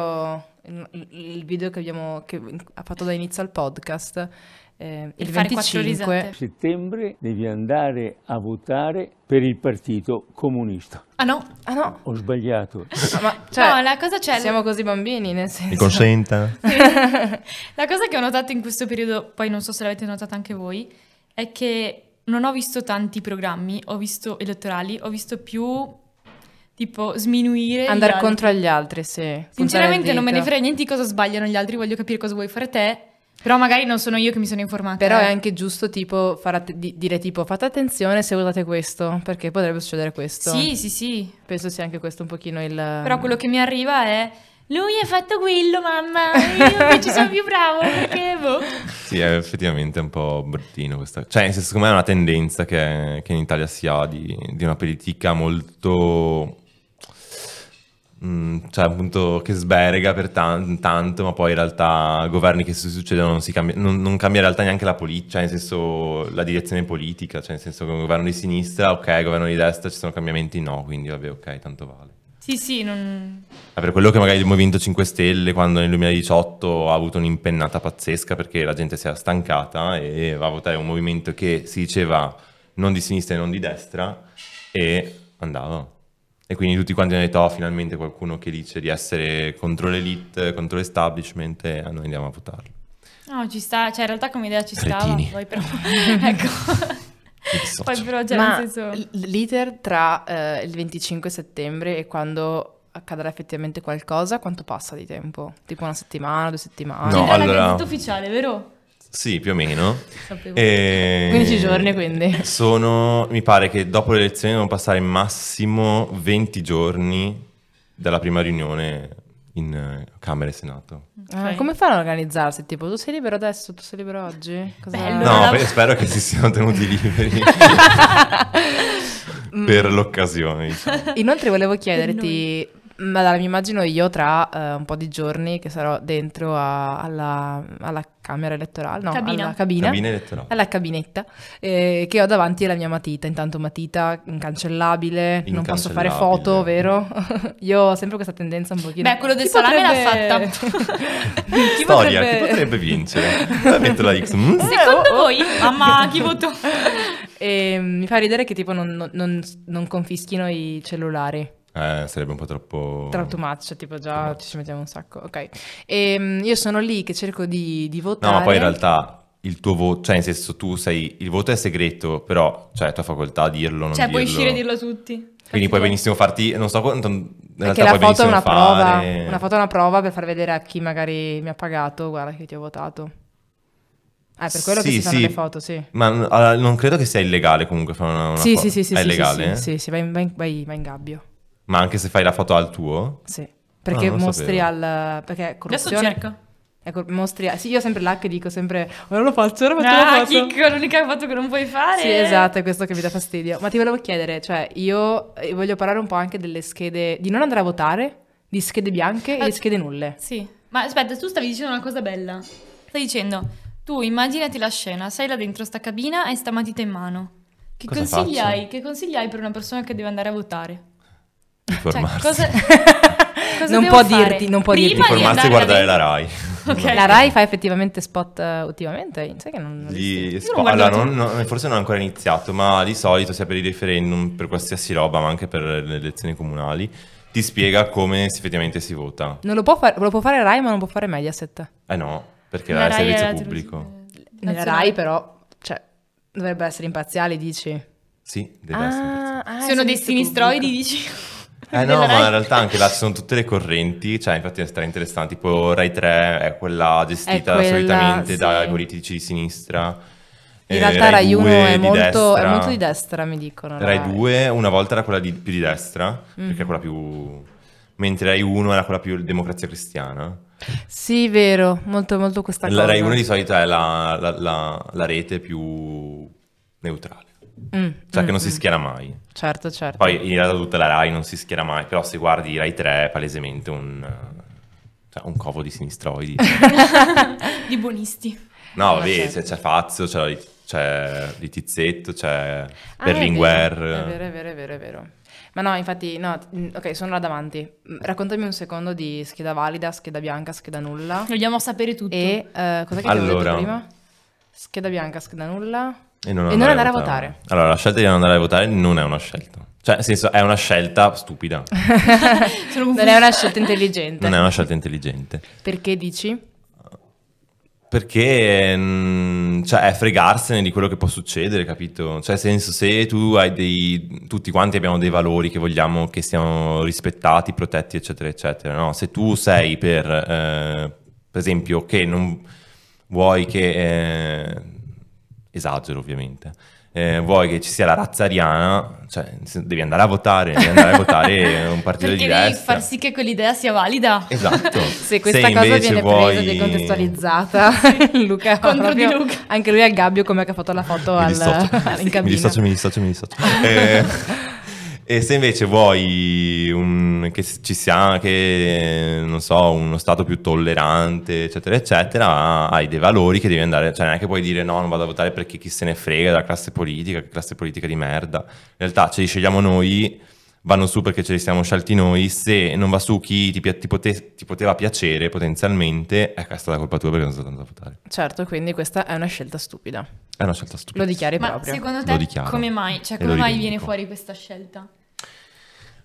G: nostro il, il video che abbiamo che ha fatto da inizio al podcast eh, il
H: fare quattro
G: 25
H: risate.
C: A settembre devi andare a votare per il Partito Comunista.
H: Ah no?
G: ah no
C: Ho sbagliato.
G: ma cioè,
H: no, la cosa c'è...
G: siamo così bambini nel
I: Mi
G: senso
I: consenta?
H: La cosa che ho notato in questo periodo, poi non so se l'avete notata anche voi, è che non ho visto tanti programmi, ho visto elettorali, ho visto più tipo sminuire. gli
G: andare
H: altri.
G: contro agli altri sì puntare il
H: Sinceramente non me ne
G: dito.
H: frega niente di cosa sbagliano gli altri, voglio capire cosa vuoi fare te, però magari non sono io che mi sono informata.
G: però è
H: eh.
G: anche giusto tipo far att- di- dire tipo fate attenzione se votate questo perché potrebbe succedere questo
H: Sì, sì, sì.
G: penso sia anche questo un pochino il
H: Però quello che mi arriva è lui ha fatto quello, mamma, io invece sono più bravo perché boh.
I: Sì, è effettivamente un po' bruttino questa. Cioè, nel senso, secondo me è una tendenza che, che in Italia si ha di, di una politica molto... mm, cioè, appunto, che sberega per tan- tanto, ma poi in realtà governi che si succedono non, si cambia, non, non cambia in realtà neanche la politica, cioè, nel senso, la direzione politica, cioè, nel senso che un governo di sinistra, ok, governo di destra, ci sono cambiamenti, no, quindi vabbè, ok, tanto vale.
H: Sì, sì, non...
I: Ah, Per quello che magari il Movimento 5 Stelle quando nel 2018 ha avuto un'impennata pazzesca perché la gente si era stancata e va a votare un movimento che si diceva non di sinistra e non di destra e andava. E quindi tutti quanti hanno detto "Oh, finalmente qualcuno che dice di essere contro l'elite, contro l'establishment e ah, noi andiamo a votarlo.
H: No, ci sta, cioè in realtà come idea ci stava,
I: Cretini.
H: poi però... ecco.
I: Mi dissocio.
H: Poi però, cioè,
G: Ma
H: nel senso...
G: l- l'iter tra eh, il 25 settembre e quando accadrà effettivamente qualcosa, quanto passa di tempo? Tipo una settimana, due settimane?
I: No,
H: Era la
I: allora- Eh,
H: gazzetta ufficiale, vero?
I: Sì, più o meno.
H: Sapevo.
G: 15
I: 15
G: giorni quindi.
I: Ehm, Sono, mi pare che dopo le elezioni devono passare massimo 20 giorni dalla prima riunione in eh, Camera e Senato.
G: Ah,
H: Ok.
G: come fanno a organizzarsi? Tipo, tu sei libero adesso, tu sei libero oggi? Cosa-
H: Bello.
I: No,
H: Allora-
I: pe- spero che si siano tenuti liberi per l'occasione. diciamo.
G: Inoltre volevo chiederti, ma dai, mi immagino io tra eh, un po' di giorni che sarò dentro a- alla, alla camera elettorale, no,
H: Cabina.
G: alla cabina.
I: Cabina elettorale.
G: alla cabinetta eh, che ho davanti alla mia matita. Intanto matita incancellabile, non posso fare
I: Incancellabile.
G: foto, vero? Io ho sempre questa tendenza un pochino.
H: Beh, quello del
G: Chi
H: salame l'ha
G: potrebbe-
H: fatta.
G: chi
I: Storia, chi potrebbe vincere? La metto la X. Mm?
H: Eh,
G: Oh,
H: Secondo voi? Mamma, chi votò?
G: E Ehm, mi fa ridere che tipo non, non- non- non confischino i cellulari.
I: Eh, sarebbe un po' troppo...
G: Tra too much, tipo
I: Too
G: già
I: much.
G: ci ci mettiamo un sacco. Ok. Ehm, io sono lì che cerco di, di
I: No,
G: votare.
I: ma poi in realtà il tuo voto, cioè nel senso tu sei, il voto è segreto, però cioè è tua facoltà a dirlo, non
H: Cioè, puoi
I: dirlo.
H: uscire e dirlo a tutti.
I: Quindi
H: Capito?
I: puoi benissimo farti, non so quanto, in
G: Perché
I: realtà
G: la
I: puoi
G: foto è
I: benissimo
G: una prova.
I: fare...
G: Una foto è una prova per far vedere a chi magari mi ha pagato, guarda che ti ho votato. Ah, è per quello che
I: Sì,
G: si fanno
I: sì.
G: le foto, sì.
I: Ma n- allora, non credo che sia illegale comunque fare una, una
G: Sì,
I: foto.
G: sì, sì, sì,
I: È eh?
G: sì,
I: illegale?
G: Sì, sì, sì, vai, in, vai in- vai- vai in gabbio.
I: Ma anche se fai la foto al tuo?
G: Sì. Perché
I: Ah, non lo
G: mostri
I: sapevo.
G: al perché è
H: Adesso
G: corruzione.
H: cerco.
G: è cor- mostri a- sì, io sempre là che dico sempre "Ora lo faccio, ora faccio
H: Ah,
G: la foto".
H: chicco, l'unica foto che non puoi fare.
G: Sì, esatto, è questo che mi dà fastidio. Ma ti volevo chiedere, cioè, io eh, voglio parlare un po' anche delle schede di non andare a votare, di schede bianche e
H: Ah,
G: di schede nulle.
H: Sì. Ma aspetta, tu stavi dicendo una cosa bella. Stai dicendo, tu immaginati la scena, sei là dentro sta cabina e sta matita in mano. Che
I: Cosa
H: consigli
I: faccio?
H: hai? Che consigli hai per una persona che deve andare a votare? Cioè,
I: Informarsi.
H: cosa, cosa
G: Non
H: devo
G: può
H: fare?
G: dirti- non può
H: Prima
G: dirti.
H: di
I: Informarsi
H: andare
I: e guardare
H: ad-
I: la Rai.
H: Ok.
G: La Rai fa effettivamente spot eh, ultimamente, sai che non... non esiste.
I: Gli
H: Io
I: spo-
H: non guardo
I: allora,
H: la
I: non- non- forse non ho ancora iniziato, ma di solito sia per i referendum, per qualsiasi roba, ma anche per le elezioni comunali, ti spiega come effettivamente si vota.
G: Non lo può fare, lo può fare Rai, ma non può fare Mediaset.
I: Eh no, perché
H: La
I: era
H: Rai
I: servizio
H: era la
I: pubblico.
H: televisione
G: Nella
H: nazionale.
G: Rai però, cioè, dovrebbe essere imparziale, dici?
I: Sì, deve
G: Ah.
I: essere imparziale.
H: Ah, Sono dei sinistroidi, dici?
I: Eh no,
H: Della
I: ma
H: Rai.
I: in realtà anche là ci sono tutte le correnti, cioè infatti è stra interessante, tipo Rai 3 è quella gestita
G: È quella,
I: solitamente
G: sì.
I: dai politici di sinistra.
G: In
I: eh,
G: realtà Rai 1
I: 2
G: è,
I: di
G: molto, è
I: destra.
G: molto di destra, mi dicono. la
I: Rai 2 una volta era quella di- più di destra,
G: Mm.
I: perché è quella più... mentre Rai 1 era quella più democrazia cristiana.
G: Sì, vero, molto, molto questa
I: La
G: cosa.
I: Rai 1 di solito è la, la- la- la rete più neutrale,
G: Mm,
I: cioè
G: mm,
I: che non si
G: mm.
I: schiera mai.
G: Certo, certo.
I: Poi in realtà tutta la Rai non si schiera mai, però se guardi Rai 3 è palesemente un, eh, cioè, un covo di sinistroidi.
H: Di buonisti.
I: No,
G: Ah,
I: vabbè,
G: certo.
I: c'è, c'è Fazio, c'è, Li- c'è Di Tizzetto, c'è
G: Ah,
I: Berlinguer.
G: È vero, è vero, è vero, è vero. Ma no, infatti, no, mm, ok, sono là davanti. Mm, Raccontami un secondo di scheda valida, scheda bianca, scheda nulla.
H: Vogliamo sapere tutto.
G: E eh, cos'è che avevo
I: Allora.
G: detto prima? Scheda bianca, scheda nulla.
I: E non,
G: E non andare a votare.
I: Allora, la scelta di non andare a votare non è una scelta. Cioè, nel senso, è una scelta stupida,
H: Sono
G: Non è una scelta intelligente.
I: non è una scelta intelligente.
G: Perché dici?
I: Perché mh, cioè, è fregarsene di quello che può succedere, capito? Cioè, nel senso, se tu hai dei. tutti quanti abbiamo dei valori che vogliamo che siano rispettati, protetti, eccetera, eccetera. No? Se tu sei per, eh, per esempio, che non vuoi che. eh, esagero, ovviamente. eh, vuoi che ci sia la razza ariana, cioè, nel senso, devi andare a votare, devi andare a votare un partito
H: Perché
I: di
H: devi
I: destra.
H: far sì che quell'idea sia valida.
I: Esatto.
G: Se questa cosa
I: invece
G: viene presa e
I: vuoi-
G: decontestualizzata, Luca,
H: Contro di
G: proprio-
H: Luca.
G: anche lui al gabbio come che ha fatto la foto
I: mi
G: al,
I: dissocio,
G: in cabina.
I: mi dissocio, mi dissocio, mi dissocio. Eh, e se invece vuoi un- che s- ci sia anche, non so, uno stato più tollerante, eccetera, eccetera, hai dei valori che devi andare, cioè neanche puoi dire no, non vado a votare perché chi se ne frega della classe politica, che classe politica di merda. In realtà ce li scegliamo noi, vanno su perché ce li siamo scelti noi, se non va su chi ti, pia- ti pote- ti poteva piacere potenzialmente, ecco, è stata colpa tua perché non sono stato andato a votare.
G: Certo, quindi questa è una scelta stupida.
I: È una scelta stupida.
G: Lo dichiari
H: Ma
G: proprio.
H: secondo
I: Lo
H: te
I: dichiaro.
H: come mai? Cioè,
I: E
H: come
I: lo
H: mai
I: rivendico.
H: viene fuori questa scelta?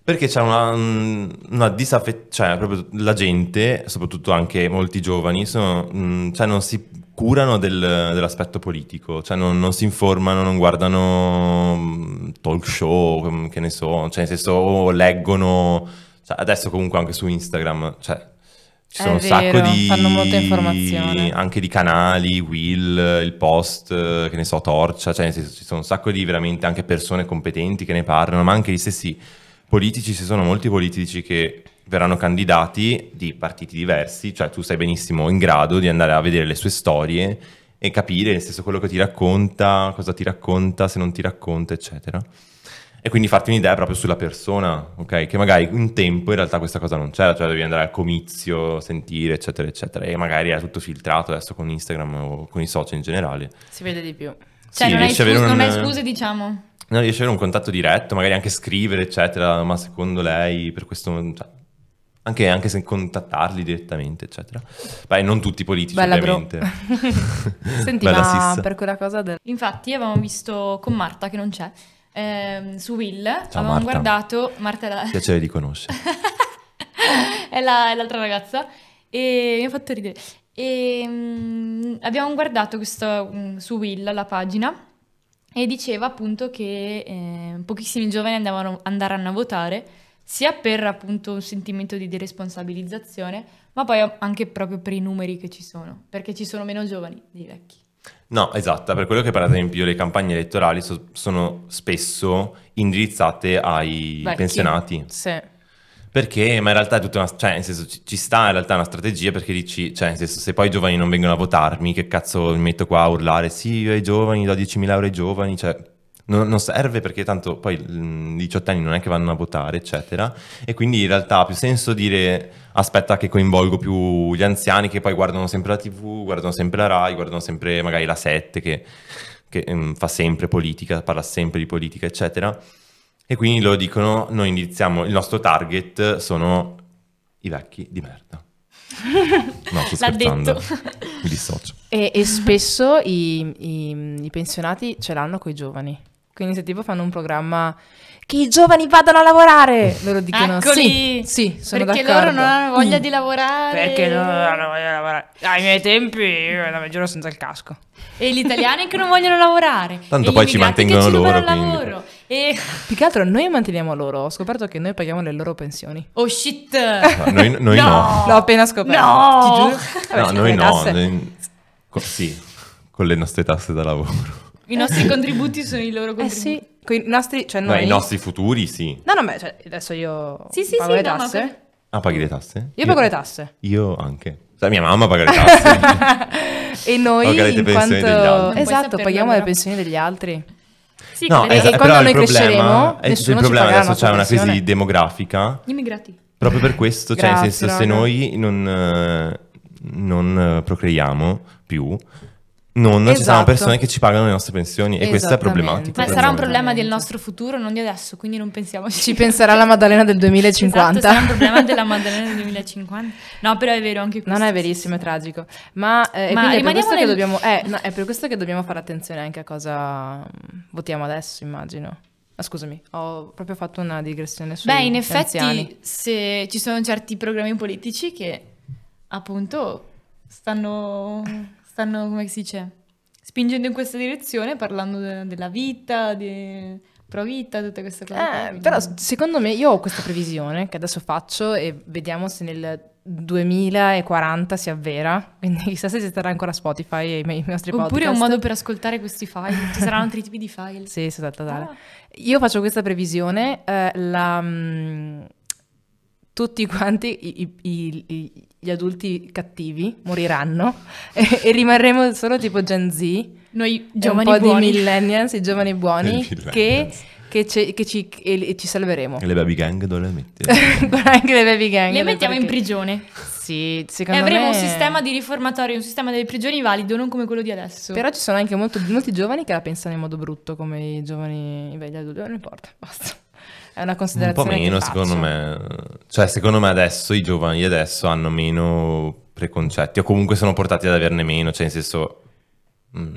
I: Perché c'è una, mm, una disaffezione, cioè proprio la gente, soprattutto anche molti giovani, sono, mh, cioè non si curano del- dell'aspetto politico, cioè non, non si informano, non guardano mh, talk show, mh, che ne so, cioè nel senso o leggono, cioè, adesso comunque anche su Instagram, cioè
G: È
I: ci sono un
G: vero,
I: sacco di...
G: fanno molta informazione.
I: Anche di canali, Will, il Post, eh, che ne so, Torcia, cioè nel senso ci sono un sacco di veramente anche persone competenti che ne parlano, ma anche gli stessi politici, ci sono molti politici che verranno candidati di partiti diversi, cioè tu sei benissimo in grado di andare a vedere le sue storie e capire nel senso quello che ti racconta, cosa ti racconta, se non ti racconta, eccetera. E quindi farti un'idea proprio sulla persona, ok? Che magari un tempo in realtà questa cosa non c'era, cioè devi andare al comizio, sentire, eccetera, eccetera. E magari è tutto filtrato adesso con Instagram o con i social in generale.
G: Si vede di più.
H: Cioè,
I: Sì,
H: non, hai
I: riesci a avere
H: scuse, non
I: un-
H: hai scuse, diciamo.
I: Non riesci ad avere un contatto diretto, magari anche scrivere, eccetera, ma secondo lei per questo... cioè, anche, anche se contattarli direttamente, eccetera. Beh, non tutti i politici,
G: Bella bro.
I: ovviamente.
G: Senti,
I: Bella
G: ma
I: sissa.
G: per quella cosa del...
H: Infatti, avevamo visto con Marta, che non c'è, ehm, su Will, avevamo
I: Marta.
H: guardato... Marta era...
I: Piacere di conoscere.
H: è, la- è l'altra ragazza e mi ha fatto ridere. E, mm, abbiamo guardato questo, mm, su Will la pagina e diceva appunto che eh, pochissimi giovani andavano- andaranno a votare sia per appunto un sentimento di deresponsabilizzazione, ma poi anche proprio per i numeri che ci sono, perché ci sono meno giovani di vecchi.
I: No, esatto, per quello che per esempio le campagne elettorali so- sono spesso indirizzate ai
G: Vecchi.
I: pensionati.
G: Sì.
I: Perché? Ma in realtà è tutta una... cioè, nel senso, ci, ci sta in realtà una strategia perché dici, cioè, nel senso, se poi i giovani non vengono a votarmi, che cazzo mi metto qua a urlare? Sì, io ai giovani, do 10.000 euro ai giovani, cioè... Non, non serve perché tanto poi mm, i 18 anni non è che vanno a votare, eccetera. E quindi in realtà ha più senso dire aspetta che coinvolgo più gli anziani che poi guardano sempre la TV, guardano sempre la RAI, guardano sempre magari la 7 che, che, mm, fa sempre politica, parla sempre di politica, eccetera. E quindi loro dicono, noi indirizziamo, il nostro target sono i vecchi di merda. No, sto
H: L'ha
I: scherzando.
H: detto.
I: Mi dissocio.
G: E, e spesso i, i- i pensionati ce l'hanno coi giovani. Quindi se tipo fanno un programma che i giovani vadano a lavorare, loro dicono
H: Eccoli!
G: sì, sì, sono
H: perché
G: d'accordo.
H: loro non hanno voglia
G: Mm.
H: di lavorare.
G: Perché loro non hanno voglia di lavorare. Ai miei tempi io andavo in giro senza il casco.
H: E gli italiani che non vogliono lavorare.
I: Tanto
H: e gli
I: poi ci
H: immigrati che
I: mantengono
H: ci rubano il
I: loro, quindi.
H: lavoro. E...
G: Più che altro noi manteniamo loro, ho scoperto che noi paghiamo le loro pensioni.
H: Oh shit!
I: No, noi- noi no.
G: L'ho appena scoperto.
H: No!
G: Ti giuro. Vabbè,
I: No,
G: sì,
I: noi
G: le
I: no.
G: tasse.
I: noi- co- sì, con le nostre tasse da lavoro.
H: I nostri contributi sono i loro
G: Eh
H: contributi.
G: sì, con i nostri, cioè
I: No,
G: noi...
I: i nostri futuri sì.
G: No, no, ma cioè, adesso io
H: Sì, sì,
G: pago
H: sì,
G: le
H: no, ma
G: tasse.
H: per-
I: Ah, paghi le tasse?
G: Io pago le tasse.
I: Io anche. Cioè, mia mamma paga le tasse.
G: e noi
I: Paga le
G: in
I: pensioni
G: quanto...
I: degli altri. Non
H: puoi
G: Esatto,
H: saperlo,
G: paghiamo le
H: allora.
G: pensioni degli altri.
E: Sì,
I: no,
E: quelle-
I: esa-
G: e quando
I: però
G: noi
I: il
G: cresceremo,
I: problema,
G: nessuno
I: è- il
G: ci
I: problema
G: pagherà la
I: adesso c'è una
G: nostra
I: crisi
G: pensione.
I: demografica.
H: Gli immigrati.
I: Proprio per questo, cioè, nel
G: Grazie,
I: senso, se
G: raga.
I: noi non, eh, non, eh, procreiamo più, non ci saranno
G: Esatto.
I: persone che ci pagano le nostre pensioni e questa è
G: Esattamente.
I: problematica.
H: Ma
I: per
H: sarà un
I: noi.
H: problema del
G: Esattamente.
H: nostro futuro, non di adesso, quindi non pensiamoci.
G: Ci penserà la Maddalena del 2050.
H: Esatto, sarà un problema della Maddalena del 2050. No, però è vero anche questo.
G: Non è verissimo, è tragico. Ma, eh, e
H: Ma
G: quindi è, per
H: rimaniamo
G: questo che
H: nel-
G: dobbiamo, eh, no, è per questo che dobbiamo fare attenzione anche a cosa mm, votiamo adesso, immagino. Ah, scusami, ho proprio fatto una digressione sui
H: Beh, in effetti,
G: anziani.
H: se ci sono certi programmi politici che appunto stanno, stanno come si dice, spingendo in questa direzione, parlando de- della vita, di pro vita, tutte queste cose. qua,
G: Eh,
H: quindi-
G: però s- secondo me io ho questa previsione che adesso faccio e vediamo se nel 2040 si avvera. Quindi chissà se ci sarà ancora Spotify e i, miei- i nostri
H: Oppure è
G: podcast.
H: un modo per ascoltare questi file, ci saranno altri tipi di file.
G: Sì, sì, esatto, esatto.
H: Ah.
G: Io faccio questa previsione, eh, la, mm, tutti quanti i- i- i- gli adulti cattivi moriranno e, e rimarremo solo tipo Gen Z, e
H: Noi
G: un
H: giovani
G: po'
H: buoni.
G: di millennials, i giovani buoni,
I: Il
G: che,
I: Lions.
G: che ce- che ci, e- e ci salveremo.
I: E le baby gang dove le metti?
G: Con anche le baby gang.
H: Le mettiamo in
G: perché-
H: prigione
G: Sì,
H: e
G: secondo
H: avremo
G: me...
H: un sistema di riformatorio, un sistema delle prigioni valido, non come quello di adesso.
G: Però ci sono anche molto- molti giovani che la pensano in modo brutto, come i giovani, i vecchi adulti, non importa, basta. È una
I: un po'
G: considerazione che
I: meno,
G: faccio.
I: secondo me. Cioè, secondo me adesso i giovani adesso hanno meno preconcetti o comunque sono portati ad averne meno, cioè, nel senso... mm,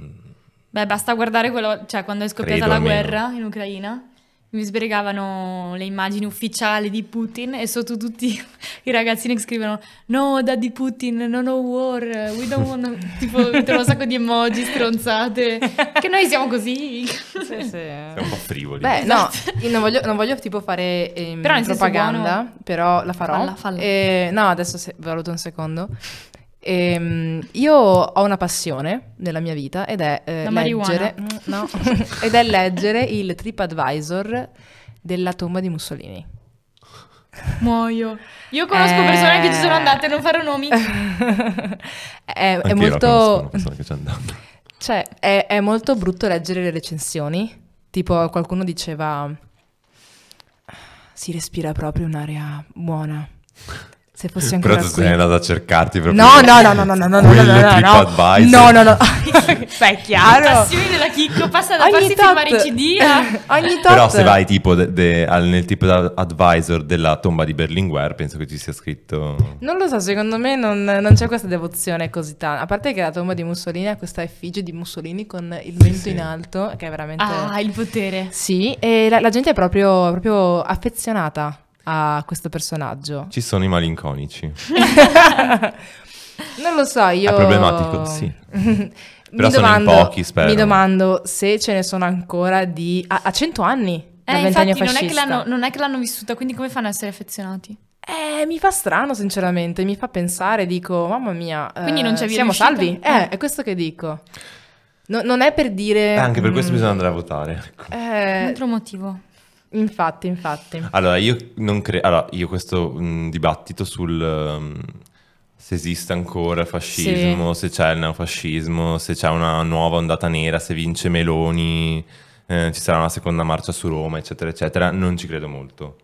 H: Beh, basta guardare quello, cioè quando è scoppiata
I: Credo
H: la
I: almeno.
H: guerra in Ucraina, mi sbregavano le immagini ufficiali di Putin e sotto tutti i ragazzini che scrivono No, daddy Putin, no, no war, we don't want... tipo, mettono un sacco di emoji stronzate, che noi siamo così.
G: Sì, sì.
I: è un po' frivoli.
G: Beh, no, io non voglio, non voglio tipo fare ehm,
H: Esatto. Però nel senso
G: propaganda,
H: buono-
G: però la farò.
H: Falla, falla.
G: Eh, no, adesso se- valuto un secondo. Ehm, io ho una passione nella mia vita ed è eh,
H: La marijuana.
G: leggere, Mm, no. ed è leggere il TripAdvisor della tomba di Mussolini.
H: Muoio. Io conosco
G: Eh.
H: persone che ci sono andate, non farò nomi.
G: è, è
I: Anch'io la conosco una
G: molto,
I: persona che ci è andata.
G: Cioè, è, è molto brutto leggere le recensioni. Tipo, qualcuno diceva: Si respira proprio un'aria buona. Se fossi ancora
I: Però tu
G: qui.
I: sei andata a cercarti proprio...
G: No, no, no, no, no, no, no, no, no,
I: Quelle
G: no, no, no,
I: TripAdvisor.
G: no, no, no, Sei chiaro?
H: Passione della chicco, passa da farsi
G: Ah, tot-
H: filmare i CD a...
G: eh? ogni tot.
I: Però se vai tipo de- de- al- nel tipo da- advisor della tomba di Berlinguer, penso che ci sia scritto...
G: Non lo so, secondo me non, non c'è questa devozione così tanta. A parte che la tomba di Mussolini ha questa effigie di Mussolini con il mento
I: sì.
G: in alto, che è veramente...
H: Ah, il potere.
G: Sì, e la, la gente è proprio, proprio affezionata a questo personaggio.
I: Ci sono i malinconici.
G: Non lo so, io...
I: È problematico, sì.
G: mi
I: Però sono in pochi, spero.
G: Mi domando se ce ne sono ancora di... a, a 100 anni dal
H: Eh,
G: ventennio
H: infatti, non è, che
G: fascista.
H: l'hanno, non è che l'hanno vissuta, quindi come fanno ad essere affezionati?
G: Eh, mi fa strano, sinceramente, mi fa pensare, dico, mamma mia, eh,
H: Quindi non c'è via
G: siamo
H: d'uscita?
G: salvi? Eh, è questo che dico. No- non è per dire...
I: Eh, anche per questo
G: mm,
I: bisogna andare a votare. ecco.
G: eh,
H: Un altro motivo.
G: infatti, infatti.
I: Allora, io non credo... Allora, io questo mh, dibattito sul... ehm, se esiste ancora il fascismo, se c'è il neofascismo, se c'è una nuova ondata nera, se vince Meloni, eh, ci sarà una seconda marcia su Roma, eccetera, eccetera, non ci credo molto.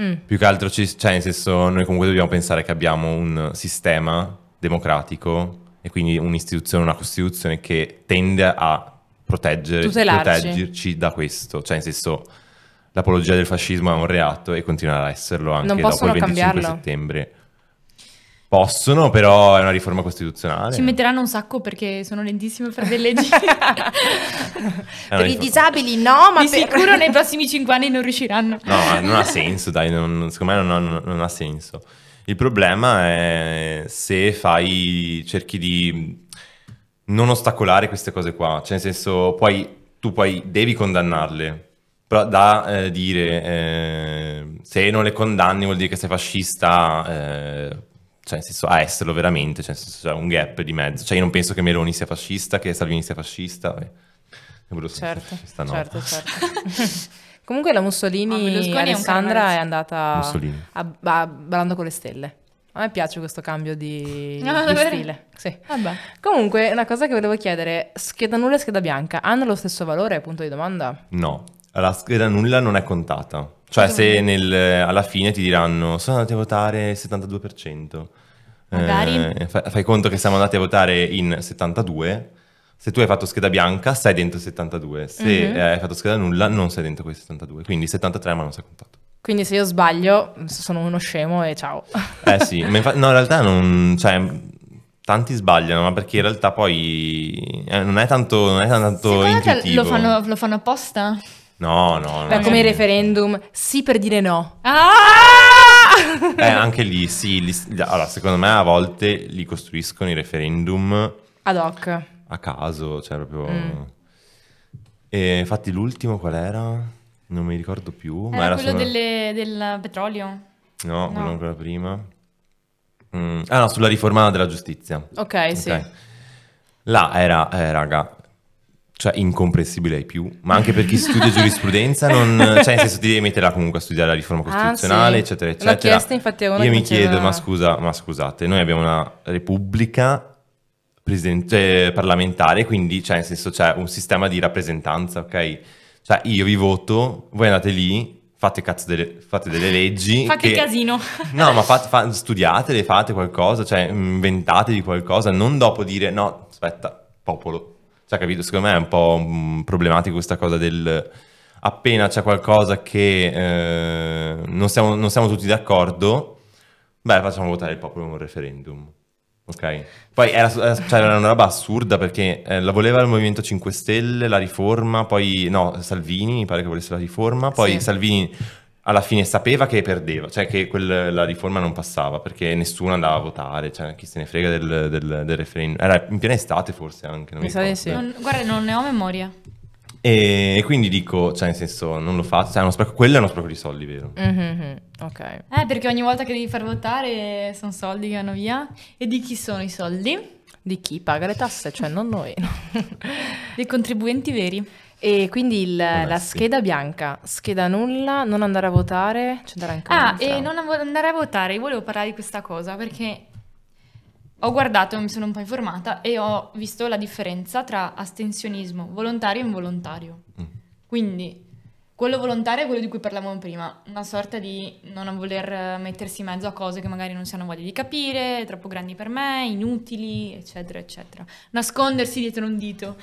G: Mm.
I: Più che altro, ci, cioè, nel senso, noi comunque dobbiamo pensare che abbiamo un sistema democratico e quindi un'istituzione, una costituzione che tende a proteggere,
G: Tutelarci.
I: proteggerci da questo. Cioè, nel senso, l'apologia del fascismo è un reato e continuerà a esserlo anche
G: Non
I: dopo il
G: possono
I: 25
G: cambiarlo.
I: settembre. Possono, però è una riforma costituzionale. Eh,
H: Ci metteranno un sacco perché sono lentissime per le leggi.
I: una
J: per i
I: riforma.
J: disabili no, ma
H: Di
J: per...
H: sicuro nei prossimi cinque anni non riusciranno.
I: No, ma non ha senso, dai, non- secondo me non, ha- non ha senso. Il problema è se fai, cerchi di non ostacolare queste cose qua, cioè nel senso puoi, tu puoi, devi condannarle, però da eh, dire eh, se non le condanni vuol dire che sei fascista, eh, cioè nel senso a esserlo veramente, cioè nel senso c'è un gap di mezzo, cioè io non penso che Meloni sia fascista, che Salvini sia fascista, eh. Berlusconi sia
G: Certo,
I: fascista, no.
G: certo, certo. Comunque la
H: Ah,
G: Mussolini,
H: Berlusconi è un
G: Alessandra, è,
H: carnalesco.
G: andata
I: Mussolini.
G: a, a- ballando con le stelle. A me piace questo cambio di,
H: No,
G: di
H: davvero?
G: stile. Sì.
H: Vabbè.
G: Comunque, una cosa che volevo chiedere, scheda nulla e scheda bianca hanno lo stesso valore? Punto di domanda.
I: No, la scheda nulla non è contata. Cioè, se nel- alla fine ti diranno sono andati a votare il 72%,
H: Magari.
I: eh, fa- fai conto che siamo andati a votare in 72, se tu hai fatto scheda bianca sei dentro il 72, se
G: Mhm.
I: eh, hai fatto scheda nulla non sei dentro quel 72, quindi 73 ma non sei contato.
G: Quindi se io sbaglio, sono uno scemo e ciao.
I: Eh sì, ma infa- no, in realtà non... Cioè, tanti sbagliano, ma perché in realtà poi eh, non è tanto, non è tanto
H: Secondo te
I: intuitivo.
H: lo fanno, lo fanno apposta?
I: No, no, no.
G: Beh, come i
I: no.
G: referendum, sì per dire no.
H: Ah!
I: Eh, anche lì, sì. li- li- allora, secondo me a volte li costruiscono i referendum
G: Ad hoc.
I: a caso, cioè proprio...
G: Mm.
I: E infatti l'ultimo qual era? Non mi ricordo più. ma
H: Era,
I: era
H: quello
I: solo-
H: delle- del petrolio.
I: No,
H: no.
I: quello ancora prima. Mm, Ah no, sulla riforma della giustizia.
G: Ok,
I: Ok.
G: sì.
I: Là era, eh, raga, cioè incomprensibile ai più, ma anche per chi studia giurisprudenza, non, cioè nel senso ti devi mettere là comunque a studiare la riforma costituzionale,
G: Ah, sì.
I: eccetera,
G: L'ho
I: eccetera.
G: chiesta, infatti, a uno
I: Io
G: che
I: mi
G: diceva-
I: chiedo, ma scusa, ma scusate, noi abbiamo una repubblica presiden- cioè, parlamentare, quindi cioè nel senso c'è un sistema di rappresentanza, ok? Cioè io vi voto, voi andate lì, fate cazzo delle, fate delle leggi.
H: Fa che casino.
I: No, ma fate, fa- studiatele, fate qualcosa, cioè inventatevi qualcosa, non dopo dire no, aspetta, popolo. Cioè, capito? Secondo me è un po' mm, problematico questa cosa del appena c'è qualcosa che eh, non, siamo, non siamo tutti d'accordo, beh, facciamo votare il popolo in un referendum. Ok? Poi era, era- cioè, era una roba assurda perché eh, la voleva il Movimento 5 Stelle, la riforma, poi no, Salvini mi pare che volesse la riforma, poi
G: Sì.
I: Salvini alla fine sapeva che perdeva, cioè che quel- la riforma non passava perché nessuno andava a votare, cioè chi se ne frega del, del- del referendum. Era in piena estate forse anche, non mi,
G: Mi sa di sì.
I: ricordo.
H: Non- guarda, non ne ho memoria.
I: E quindi dico, cioè nel senso non lo fate, cioè, è uno spreco- quello è uno spreco di soldi, vero?
G: Mhm, Ok.
H: Eh, perché ogni volta che devi far votare sono soldi che vanno via. E di chi sono i soldi?
G: Di chi paga le tasse, cioè non noi.
H: Dei contribuenti veri.
G: E quindi il- la
I: Onesti.
G: scheda bianca, scheda nulla, non andare a votare, c'è da ancora.
H: Ah, e non av- andare a votare, io volevo parlare di questa cosa perché ho guardato, mi sono un po' informata e ho visto la differenza tra astensionismo volontario e involontario.
I: Mm.
H: Quindi, quello volontario è quello di cui parlavamo prima, una sorta di non voler eh, mettersi in mezzo a cose che magari non si hanno voglia di capire, troppo grandi per me, inutili, eccetera, eccetera. Nascondersi dietro un dito,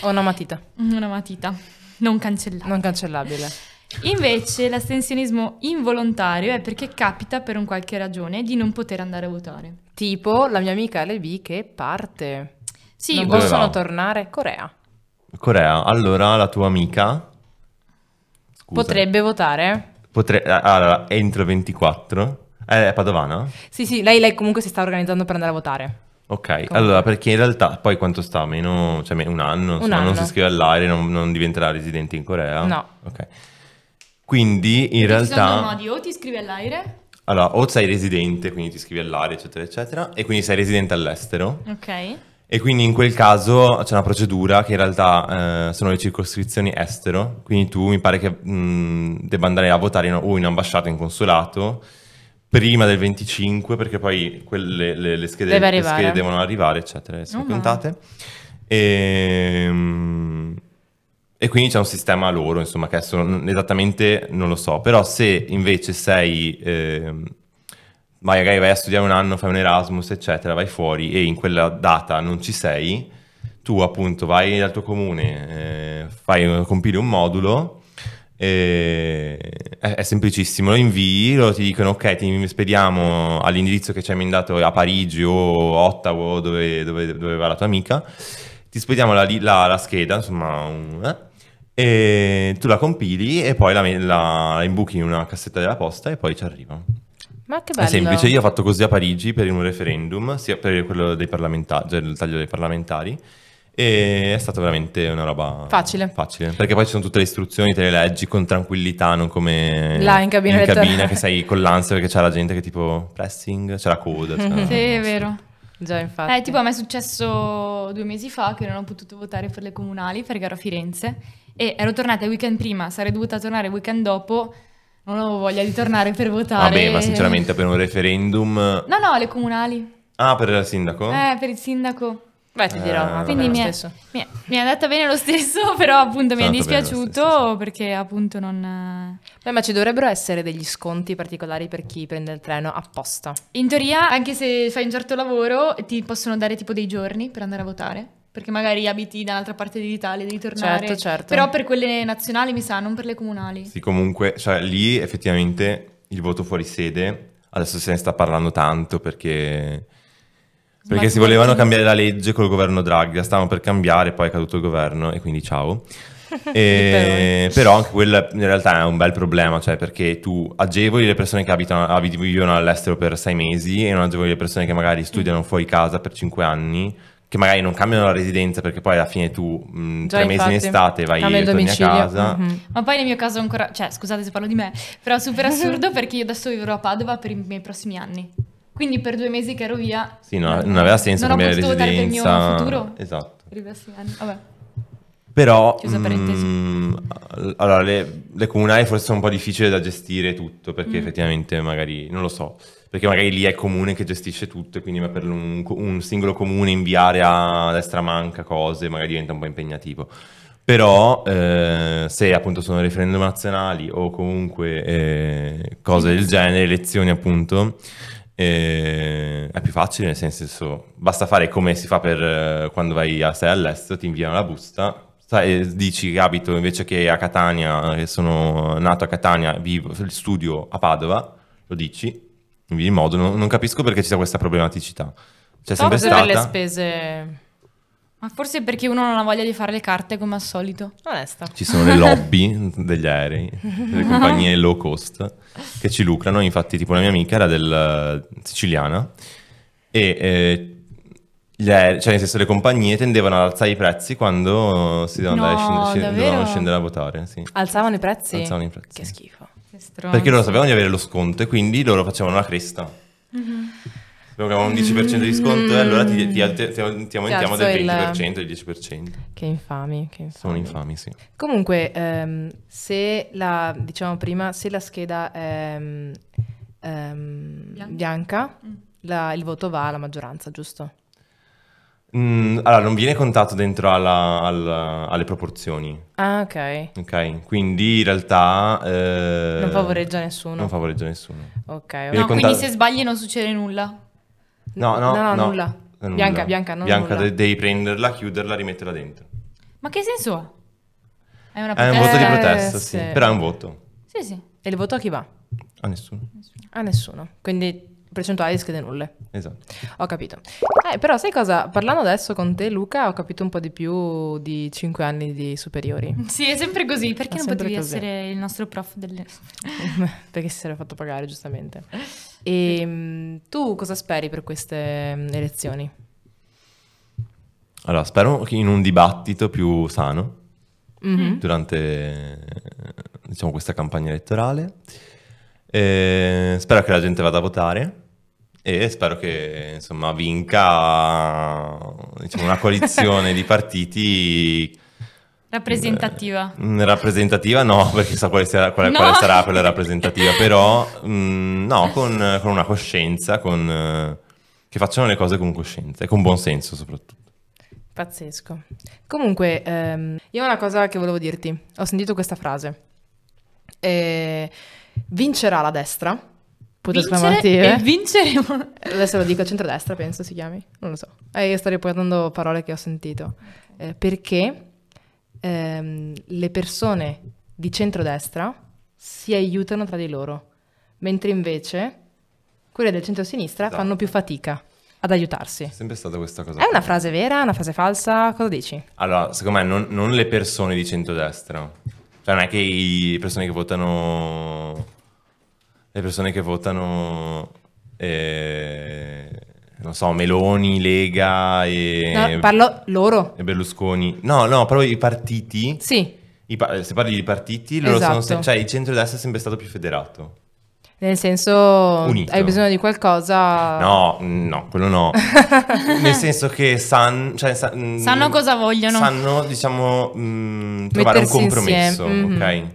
G: Ho una matita,
H: una matita, non cancellare.
G: non cancellabile.
H: Invece l'astensionismo involontario è perché capita per un qualche ragione di non poter andare a votare.
G: Tipo la mia amica LB che parte.
H: Sì,
G: non
I: dove
G: possono
I: va?
G: tornare Corea.
I: Corea, allora la tua amica... Scusa.
G: Potrebbe votare?
I: Potre- ah, allora, entro il 24. Eh, È padovana?
G: Sì, sì, lei, lei comunque si sta organizzando per andare a votare.
I: Ok, allora perché in realtà poi quanto sta? Meno, cioè me- un anno, insomma, non
G: anno.
I: si iscrive all'aria, non, non diventerà residente in Corea.
G: No.
I: Ok. Quindi in
H: Perché ci sono due
I: realtà...
H: modi, o ti iscrivi all'aire,
I: Allora, o sei residente, quindi ti iscrivi all'aria, eccetera, eccetera, e quindi sei residente all'estero.
H: ok,
I: E quindi in quel caso c'è una procedura che in realtà eh, sono le circoscrizioni estero, quindi tu mi pare che mh, debba andare a votare in- o in ambasciata o in consolato prima del 25 perché poi quelle, le, le schede,
G: Deve
I: le
G: arrivare.
I: schede devono arrivare eccetera, sono
H: Oh, ma-
I: contate. Ehm, E, quindi c'è un sistema loro insomma che adesso non- esattamente non lo so, però se invece sei... ehm, magari vai a studiare un anno, fai un Erasmus, eccetera, vai fuori e in quella data non ci sei, tu appunto vai dal tuo comune, eh, fai, compili un modulo, eh, è, è semplicissimo, lo invii, loro ti dicono ok, ti spediamo all'indirizzo che ci hai mandato a Parigi o Ottawa o dove, dove dove va la tua amica, ti ti spediamo la, li- la- la scheda, insomma, un- eh, e tu la compili e poi la, me- la- la imbuchi in una cassetta della posta e poi ci arriva.
G: Ma che
I: È
G: bello.
I: semplice, io ho fatto così a Parigi per un referendum, sia per quello dei parlamentari, cioè il taglio dei parlamentari, e è stata veramente una roba
G: Facile.
I: facile, perché poi ci sono tutte le istruzioni, te le leggi con tranquillità, non come
G: Là in cabina elettorale.
I: cabina, che sei con l'ansia perché c'è la gente che tipo pressing, c'è la coda. c'è-
H: Sì, è vero.
G: Già, infatti.
H: Eh, tipo a me è successo due mesi fa che non ho potuto votare per le comunali perché ero a Firenze e ero tornata il weekend prima, sarei dovuta tornare il weekend dopo, non avevo voglia di tornare per votare.
I: Vabbè, ma sinceramente per un referendum...
H: No, no, le comunali.
I: Ah, per il sindaco?
H: Eh, per il sindaco.
G: Beh, ti dirò.
I: Eh,
G: ma
H: Quindi mi
G: vabbè,
H: è,
G: lo stesso.
H: mi è- mi è andata bene lo stesso, però appunto mi è
I: Tanto bene lo stesso,
H: dispiaciuto perché appunto non...
G: Beh, ma ci dovrebbero essere degli sconti particolari per chi prende il treno apposta.
H: In teoria, anche se fai un certo lavoro, ti possono dare tipo dei giorni per andare a votare. Perché magari abiti da un'altra parte dell'Italia, devi tornare.
G: Certo, certo.
H: Però per quelle nazionali, mi sa, non per le comunali.
I: Sì, comunque, cioè lì effettivamente il voto fuori sede, adesso se ne sta parlando tanto perché... Perché si volevano cambiare la legge col governo Draghi, la stavano per cambiare, poi è caduto il governo e quindi ciao.
G: eh.
I: E- però anche quello in realtà è un bel problema, cioè perché tu agevoli le persone che abitano, abit- vivono all'estero per sei mesi e non agevoli le persone che
G: Mm.
I: magari studiano fuori casa per cinque anni, che magari non cambiano la residenza perché poi alla fine tu mh,
G: Già,
I: tre mesi in
G: infatti,
I: estate vai
G: cambia
I: e
G: il
I: torni a
G: domicilio.
I: casa.
G: Mhm.
H: Ma poi nel mio caso ancora, cioè scusate se parlo di me, però super assurdo perché io adesso vivrò a Padova per i miei prossimi anni. Quindi per due mesi che ero via...
I: Sì, no, non aveva senso
H: non ho
I: cambiare
H: potuto votare per il mio
I: residenza.
H: futuro.
I: Esatto.
H: Per i prossimi anni. Vabbè.
I: Però
H: Chiusa
I: mm,
H: parentesi.
I: all- allora, le, le comunali forse sono un po' difficili da gestire tutto,
H: Mm.
I: perché effettivamente magari, non lo so, perché magari lì è il comune che gestisce tutto, e quindi ma per un, co- un singolo comune inviare a destra manca cose magari diventa un po' impegnativo. Però eh, se appunto sono referendum nazionali o comunque eh, cose del genere, elezioni appunto, eh, è più facile, nel senso basta fare come si fa per eh, quando vai a, sei all'estero, ti inviano la busta, sai, eh, dici che abito invece che a Catania, che sono nato a Catania, vivo, studio a Padova, lo dici, invii il modo, non, non capisco perché ci sia questa problematicità. C'è sempre
G: Forse per le
I: stata,
G: spese.
H: Ma forse perché uno non ha voglia di fare le carte come al solito.
G: Onesta.
I: ci sono le lobby degli aerei, delle compagnie low cost che ci lucrano. Infatti, tipo una mia amica era del, eh, siciliana e eh, gli aere- cioè nel senso le compagnie tendevano ad alzare i prezzi quando si dovevano, andare a
H: No,
I: scendere, sc-
H: davvero?
I: dovevano scendere a votare. sì.
G: Alzavano i prezzi?
I: Alzavano i prezzi.
G: Ah, Che schifo.
I: Perché loro sapevano di avere lo sconto e quindi loro facevano la cresta. Sapevano che avevano un 10% di sconto e allora ti, ti, alte- ti- ti aumentiamo
G: alzo
I: del
G: il-
I: 20%, del 10%.
G: Che infami, che infami.
I: Sono infami, sì.
G: Comunque, ehm, se la, diciamo prima, se la scheda è ehm, ehm,
H: Bianca.
G: bianca, la- il voto va alla maggioranza, giusto?
I: Mm, allora, non viene contato dentro alla- alla- alle proporzioni,
G: Ah, ok.
I: ok? Quindi in realtà... eh,
G: Non favoreggia nessuno.
I: Non favoreggia nessuno.
G: Ok,
I: Viene
H: No,
G: ok.
I: con-
H: quindi
I: conta-
H: se sbagli non succede nulla.
I: No, no,
G: No,
I: no.
G: nulla.
I: Eh,
G: Bianca, bianca, non
I: Bianca,
G: nulla.
I: de- devi prenderla, chiuderla, rimetterla dentro.
H: Ma che senso ha? È una
I: È un
H: protesta.
I: voto di
G: Eh,
I: protesta, sì.
G: sì.
I: Però è un voto.
H: Sì, sì.
G: E il voto a chi va?
I: A nessuno.
G: A nessuno. Quindi percentuale di schede nulle.
I: Esatto.
G: Ho capito. Eh, però sai cosa? Parlando adesso con te, Luca, ho capito un po' di più di 5 anni di superiori.
H: Sì, è sempre così. Perché
G: È
H: non
G: sempre
H: potevi
G: così.
H: essere il nostro prof delle...
G: Perché si sarebbe fatto pagare, giustamente. E mm, tu cosa speri per queste mm, elezioni?
I: Allora, spero che in un dibattito più sano
H: Mm-hmm.
G: Mhm.
I: durante eh, diciamo, questa campagna elettorale. Eh, spero che la gente vada a votare e spero che insomma, vinca diciamo, una coalizione di partiti
H: Rappresentativa.
I: Mm, Rappresentativa no, perché so quale, sia- quale- quale
H: No.
I: sarà quella rappresentativa, però mm, no, con, con una coscienza, con, eh, che facciano le cose con coscienza e con buon senso soprattutto.
G: Pazzesco. Comunque, ehm, io ho una cosa che volevo dirti. Ho sentito questa frase. Eh, vincerà la destra. Punto
H: Vincere
G: esclamativo,
H: e
G: eh.
H: vinceremo.
G: Adesso lo dico centrodestra, penso si chiami. Non lo so. Eh, io sto riportando parole che ho sentito. Eh, perché ehm, le persone di centrodestra si aiutano tra di loro, mentre invece quelle del centrosinistra
I: Esatto.
G: fanno più fatica. ad aiutarsi.
I: C'è sempre stata questa cosa.
G: È una
I: qua.
G: frase vera, una frase falsa? Cosa dici?
I: Allora, secondo me non, non le persone di centrodestra. Cioè non è che le persone che votano... Le persone che votano... eh, non so, Meloni, Lega e...
G: No, parlo loro.
I: e Berlusconi. No, no, però i partiti...
G: Sì,
I: i pa- se parli di partiti, loro sono...
G: Esatto.
I: se- cioè il centrodestra è sempre stato più federato.
G: nel senso
I: Unito.
G: hai bisogno di qualcosa.
I: No, no, quello no. Nel senso che san- cioè, sa- mm,
H: Sanno cosa vogliono.
I: Sanno, diciamo, mm, trovare un
G: Mettersi
I: compromesso,
G: insieme, mhm.
I: ok?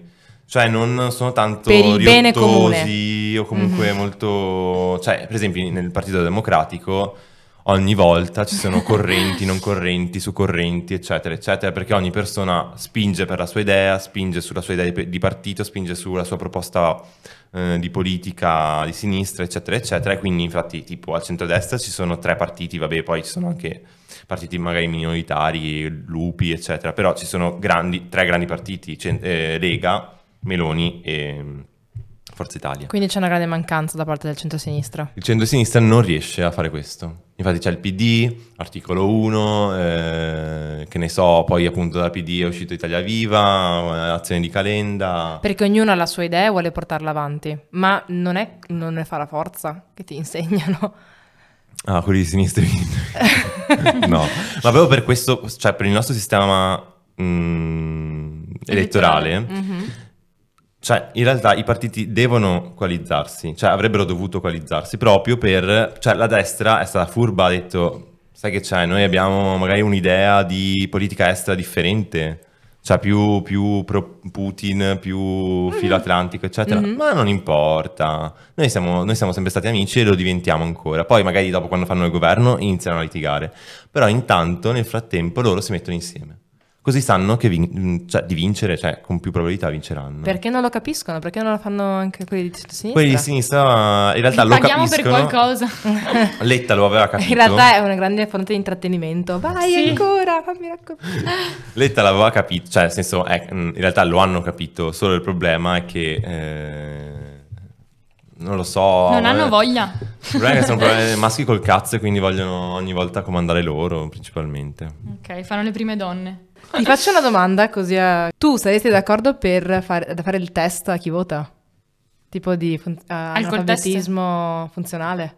I: Cioè non sono tanto
G: Per il bene comune. Mhm.
I: riottosi o comunque molto... Cioè, per esempio, nel Partito Democratico ogni volta ci sono correnti, non correnti, su correnti, eccetera, eccetera, perché ogni persona spinge per la sua idea, spinge sulla sua idea di pe- di partito, spinge sulla sua proposta eh, di politica di sinistra, eccetera, eccetera. E quindi, infatti, tipo al centrodestra ci sono tre partiti, vabbè, poi ci sono anche partiti magari minoritari, lupi, eccetera, però ci sono grandi- tre grandi partiti, cen- eh, Lega, Meloni e mm, Forza Italia.
G: Quindi c'è una grande mancanza da parte del centrosinistra.
I: Il centro-sinistra non riesce a fare questo. Infatti c'è il PD, articolo 1, eh, che ne so, poi appunto dal PD è uscito Italia Viva, eh, azione di Calenda.
G: Perché ognuno ha la sua idea e vuole portarla avanti, ma non, è, non ne fa la forza che ti insegnano.
I: Ah, quelli di sinistra. no, ma proprio per questo, cioè per il nostro sistema mm, elettorale,
G: Mhm.
I: cioè in realtà i partiti devono coalizzarsi, cioè avrebbero dovuto coalizzarsi proprio per, cioè la destra è stata furba, ha detto, sai che c'è, noi abbiamo magari un'idea di politica estera differente. Cioè, più, più pro Putin, più filo atlantico, eccetera. Ma non importa. Noi siamo, noi siamo sempre stati amici e lo diventiamo ancora. Poi, magari dopo, quando fanno il governo, iniziano a litigare. Però, intanto, nel frattempo, loro si mettono insieme. Così sanno che vin- mh, cioè, di vincere, cioè, con più probabilità vinceranno.
G: Perché non lo capiscono? Perché non lo fanno anche quelli di sinistra?
I: Quelli di sinistra, in realtà,
H: Li
I: lo
H: paghiamo per
I: capiscono.
H: qualcosa.
I: Letta lo aveva capito.
G: In realtà è una grande fonte di intrattenimento. Vai
H: Sì.
G: ancora, fammi raccontare.
I: Letta l'aveva capito, cioè nel senso, è- mh, in realtà lo hanno capito, solo il problema è che... eh, non lo so...
H: non hanno
I: eh,
H: voglia.
I: Il problema è che sono probabilmente maschi col cazzo e quindi vogliono ogni volta comandare loro, principalmente.
H: Ok, fanno le prime donne.
G: Ti faccio una domanda così a... Tu saresti d'accordo per fare, da fare il test a chi vota? Tipo di fun- ah,
H: Alcol test?
G: analfabetismo funzionale?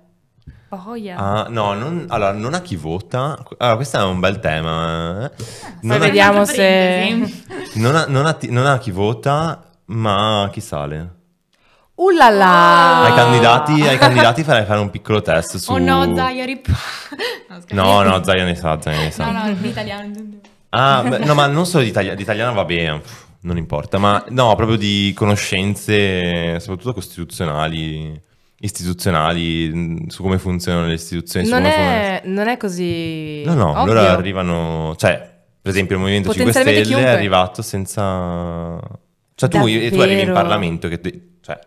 H: Oh yeah.
I: Ah, no, non, allora, non a chi vota... Allora, questo è un bel tema. eh. Non a,
G: vediamo se-
I: non a- non a ti- non a chi vota, ma a chi sale.
G: Ullala!
I: Ai candidati, ai candidati farei fare un piccolo test su...
H: Ah. Oh no, Zaya, rip. No, scherzo.
I: No, no, Zaia ne sa, Zaia ne sa.
H: No, no, in italiano. intendevo.
I: Ah, beh, no, ma non solo di, itali- di italiano, va bene, pff, non importa, ma no, proprio di conoscenze, soprattutto costituzionali, istituzionali, mh, su come funzionano le istituzioni. su
G: non,
I: come
G: è, non è così...
I: funziona- No, no,
G: ovvio.
I: loro arrivano, cioè, per esempio il Movimento 5 Stelle
G: Potenzialmente
I: è
G: chiunque.
I: arrivato senza... Cioè tu, e tu arrivi in
G: Davvero?
I: Parlamento che... te- Cioè,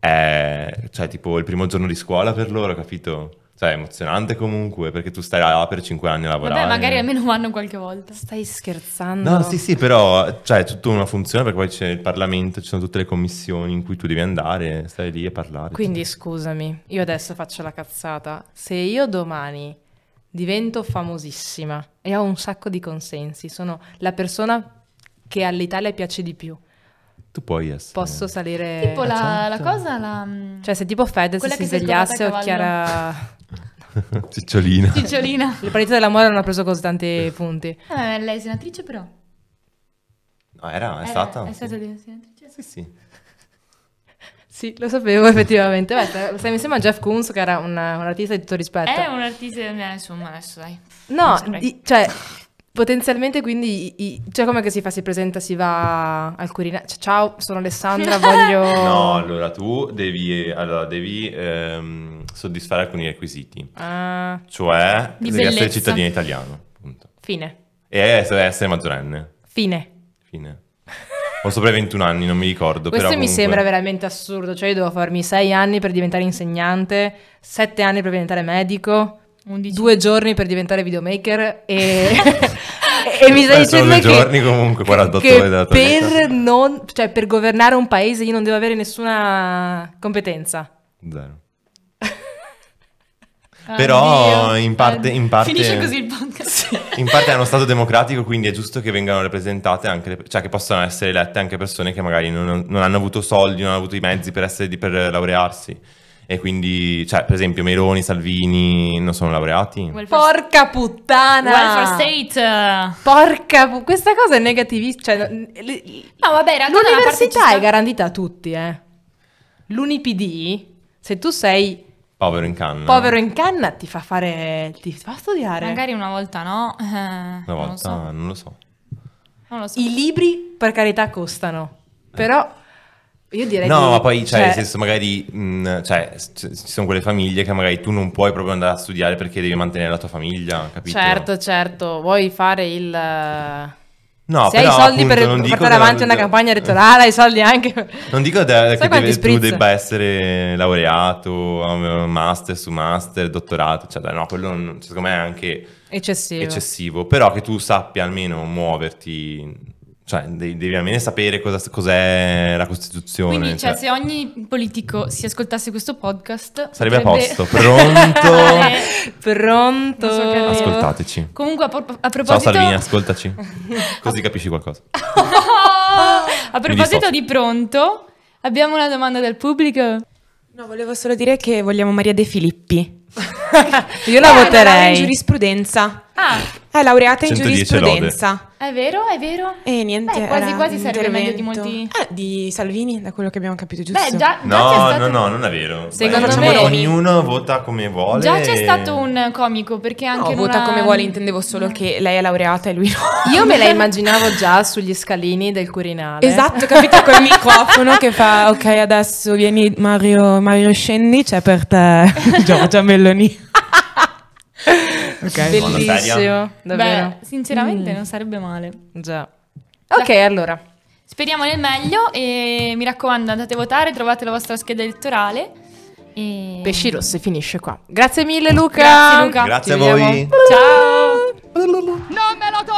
I: è, cioè, tipo il primo giorno di scuola per loro, capito? Cioè, è emozionante comunque, perché tu stai là per 5 anni a lavorare.
H: Vabbè, magari almeno vanno qualche volta.
G: Stai scherzando?
I: No, sì, sì, però cioè, è tutta una funzione perché poi c'è il Parlamento, ci sono tutte le commissioni in cui tu devi andare, stare lì e parlare.
G: Quindi scusami, io adesso faccio la cazzata. Se io domani divento famosissima e ho un sacco di consensi, sono la persona che all'Italia piace di più,
I: tu puoi essere.
G: posso salire...
H: Tipo la, la
I: certo.
H: cosa, la... mm,
G: Eh, Cioè se tipo Fedez
H: Quella
G: si
H: che si è scortata
G: svegliasse
H: a
G: o
H: cavallo.
G: Chiara...
I: Cicciolina.
H: Cicciolina.
G: Il partito dell'amore non ha preso così tanti punti.
H: Eh, lei è senatrice però.
I: No, era, è
H: Eh,
I: stata.
H: È stata di- senatrice.
I: Sì, sì.
G: Sì, lo sapevo effettivamente. Beh, stai- stai insieme a Jeff Koons che era una- un artista di tutto rispetto.
H: È un artista, eh, insomma, adesso dai.
G: No,
H: Non saprei.
G: di- cioè, potenzialmente quindi, i- i- cioè come che si fa, si presenta, si va al Quirinale, cioè, ciao, sono Alessandra, voglio...
I: No, allora tu devi, allora, devi ehm, soddisfare alcuni requisiti,
G: Ah,
I: cioè
H: Di
I: devi essere
H: bellezza.
I: cittadino italiano, punto.
G: fine,
I: E essere, essere maggiorenne,
G: fine.
I: fine. O sopra i 21 anni, non mi ricordo,
G: Questo
I: però
G: mi
I: comunque-
G: sembra veramente assurdo, cioè io devo farmi sei anni per diventare insegnante, sette anni per diventare medico,
H: 11.
G: due giorni per diventare videomaker e... e mi
I: Beh,
G: stai dicendo
I: sono due
G: che...
I: giorni comunque, 48
G: che
I: ore della tua vita.
G: per, non, cioè, per governare un paese io non devo avere nessuna competenza.
I: Zero. Però
H: Ah, Addio.
I: in parte, in parte-
H: Finisce così il podcast.
I: in parte è uno Stato democratico, quindi è giusto che vengano rappresentate anche, le- cioè che possano essere elette anche persone che magari non, non hanno avuto soldi, non hanno avuto i mezzi per, essere, di- per laurearsi. E quindi, cioè, per esempio, Meloni, Salvini non sono laureati.
D: Welfare,
F: Porca puttana!
H: Welfare state. eh,
G: Porca, pu- questa cosa è negativista. Cioè, no, le-
E: No, vabbè, raga, da una parte ci
G: l'università
E: sta-
G: è garantita a tutti, eh. L'UniPD, se tu sei
I: Povero in canna.
G: povero in canna, ti fa fare. ti fa studiare.
H: Magari una volta no. eh, non
I: Una
H: lo
I: volta,
H: so,
I: non lo so.
H: Non lo so.
G: I libri, per carità, costano. Però io direi
I: No,
G: di-
I: ma poi, cioè,
G: cioè,
I: nel senso, magari, mh, cioè, s- c- ci sono quelle famiglie che magari tu non puoi proprio andare a studiare perché devi mantenere la tua famiglia, capito?
G: Certo, certo, vuoi fare il... eh,
I: No,
G: se hai i
I: però,
G: soldi
I: appunto,
G: per
I: non dico
G: portare
I: che-
G: avanti una campagna elettorale, hai i soldi anche... per-
I: Non dico da-
G: Sai
I: che
G: quanti
I: deve- tu
G: spritz?
I: debba essere laureato, um, master su master, dottorato, eccetera. No, quello non- cioè, secondo me è anche
G: Eccessivo.
I: eccessivo. Però che tu sappia almeno muoverti, cioè devi, devi almeno sapere cosa- cos'è la Costituzione.
H: Quindi, cioè,
I: cioè,
H: se ogni politico si ascoltasse questo podcast,
I: Sarebbe a
H: potrebbe-
I: posto, pronto.
H: Eh,
G: Pronto?
H: Non so che-
I: Ascoltateci.
H: Comunque, a, pro- a
I: Ciao
H: proposito, Ah,
I: Salvini, ascoltaci, così capisci qualcosa.
H: a proposito
I: dissocio.
H: di pronto, abbiamo una domanda dal pubblico.
F: No, volevo solo dire che vogliamo Maria De Filippi.
G: Io la
F: Eh, laurea in
G: voterei.
F: giurisprudenza.
H: Ah,
F: È laureata in
I: 110 lode.
F: giurisprudenza.
H: è vero, è vero.
F: E Eh, niente.
H: Beh, quasi
F: era
H: quasi
F: un
H: sarebbe meglio di
F: intervento.
H: molti-
F: Eh, di Salvini, da quello che abbiamo capito, giusto?
H: Beh, già, già c'è
I: No, no,
H: stato-
I: no, non è vero.
G: Secondo
I: Dai,
G: me-
I: facciamo- ognuno vota come vuole.
H: Già c'è
I: e-
H: stato un comico perché
F: No,
H: anche in
F: vota
H: una- Mm.
F: come vuole, intendevo solo che lei è laureata e lui no.
G: Io me la immaginavo già sugli scalini del Quirinale.
F: Esatto, capito col microfono che fa ok adesso vieni Mario, Mario scendi c'è per te Giorgia Melloni. ok.
I: Madonna, seria?
G: Bellissimo, davvero.
H: Beh, sinceramente
F: Mm.
H: non sarebbe male.
G: Già. Ok, allora.
H: Speriamo nel meglio e mi raccomando andate a votare, trovate la vostra scheda elettorale. E...
G: Pesci Rosse finisce qua. Grazie mille Luca.
H: Grazie, Luca.
I: Grazie a
G: Ci vediamo.
I: voi.
H: Ciao!
A: Non me lo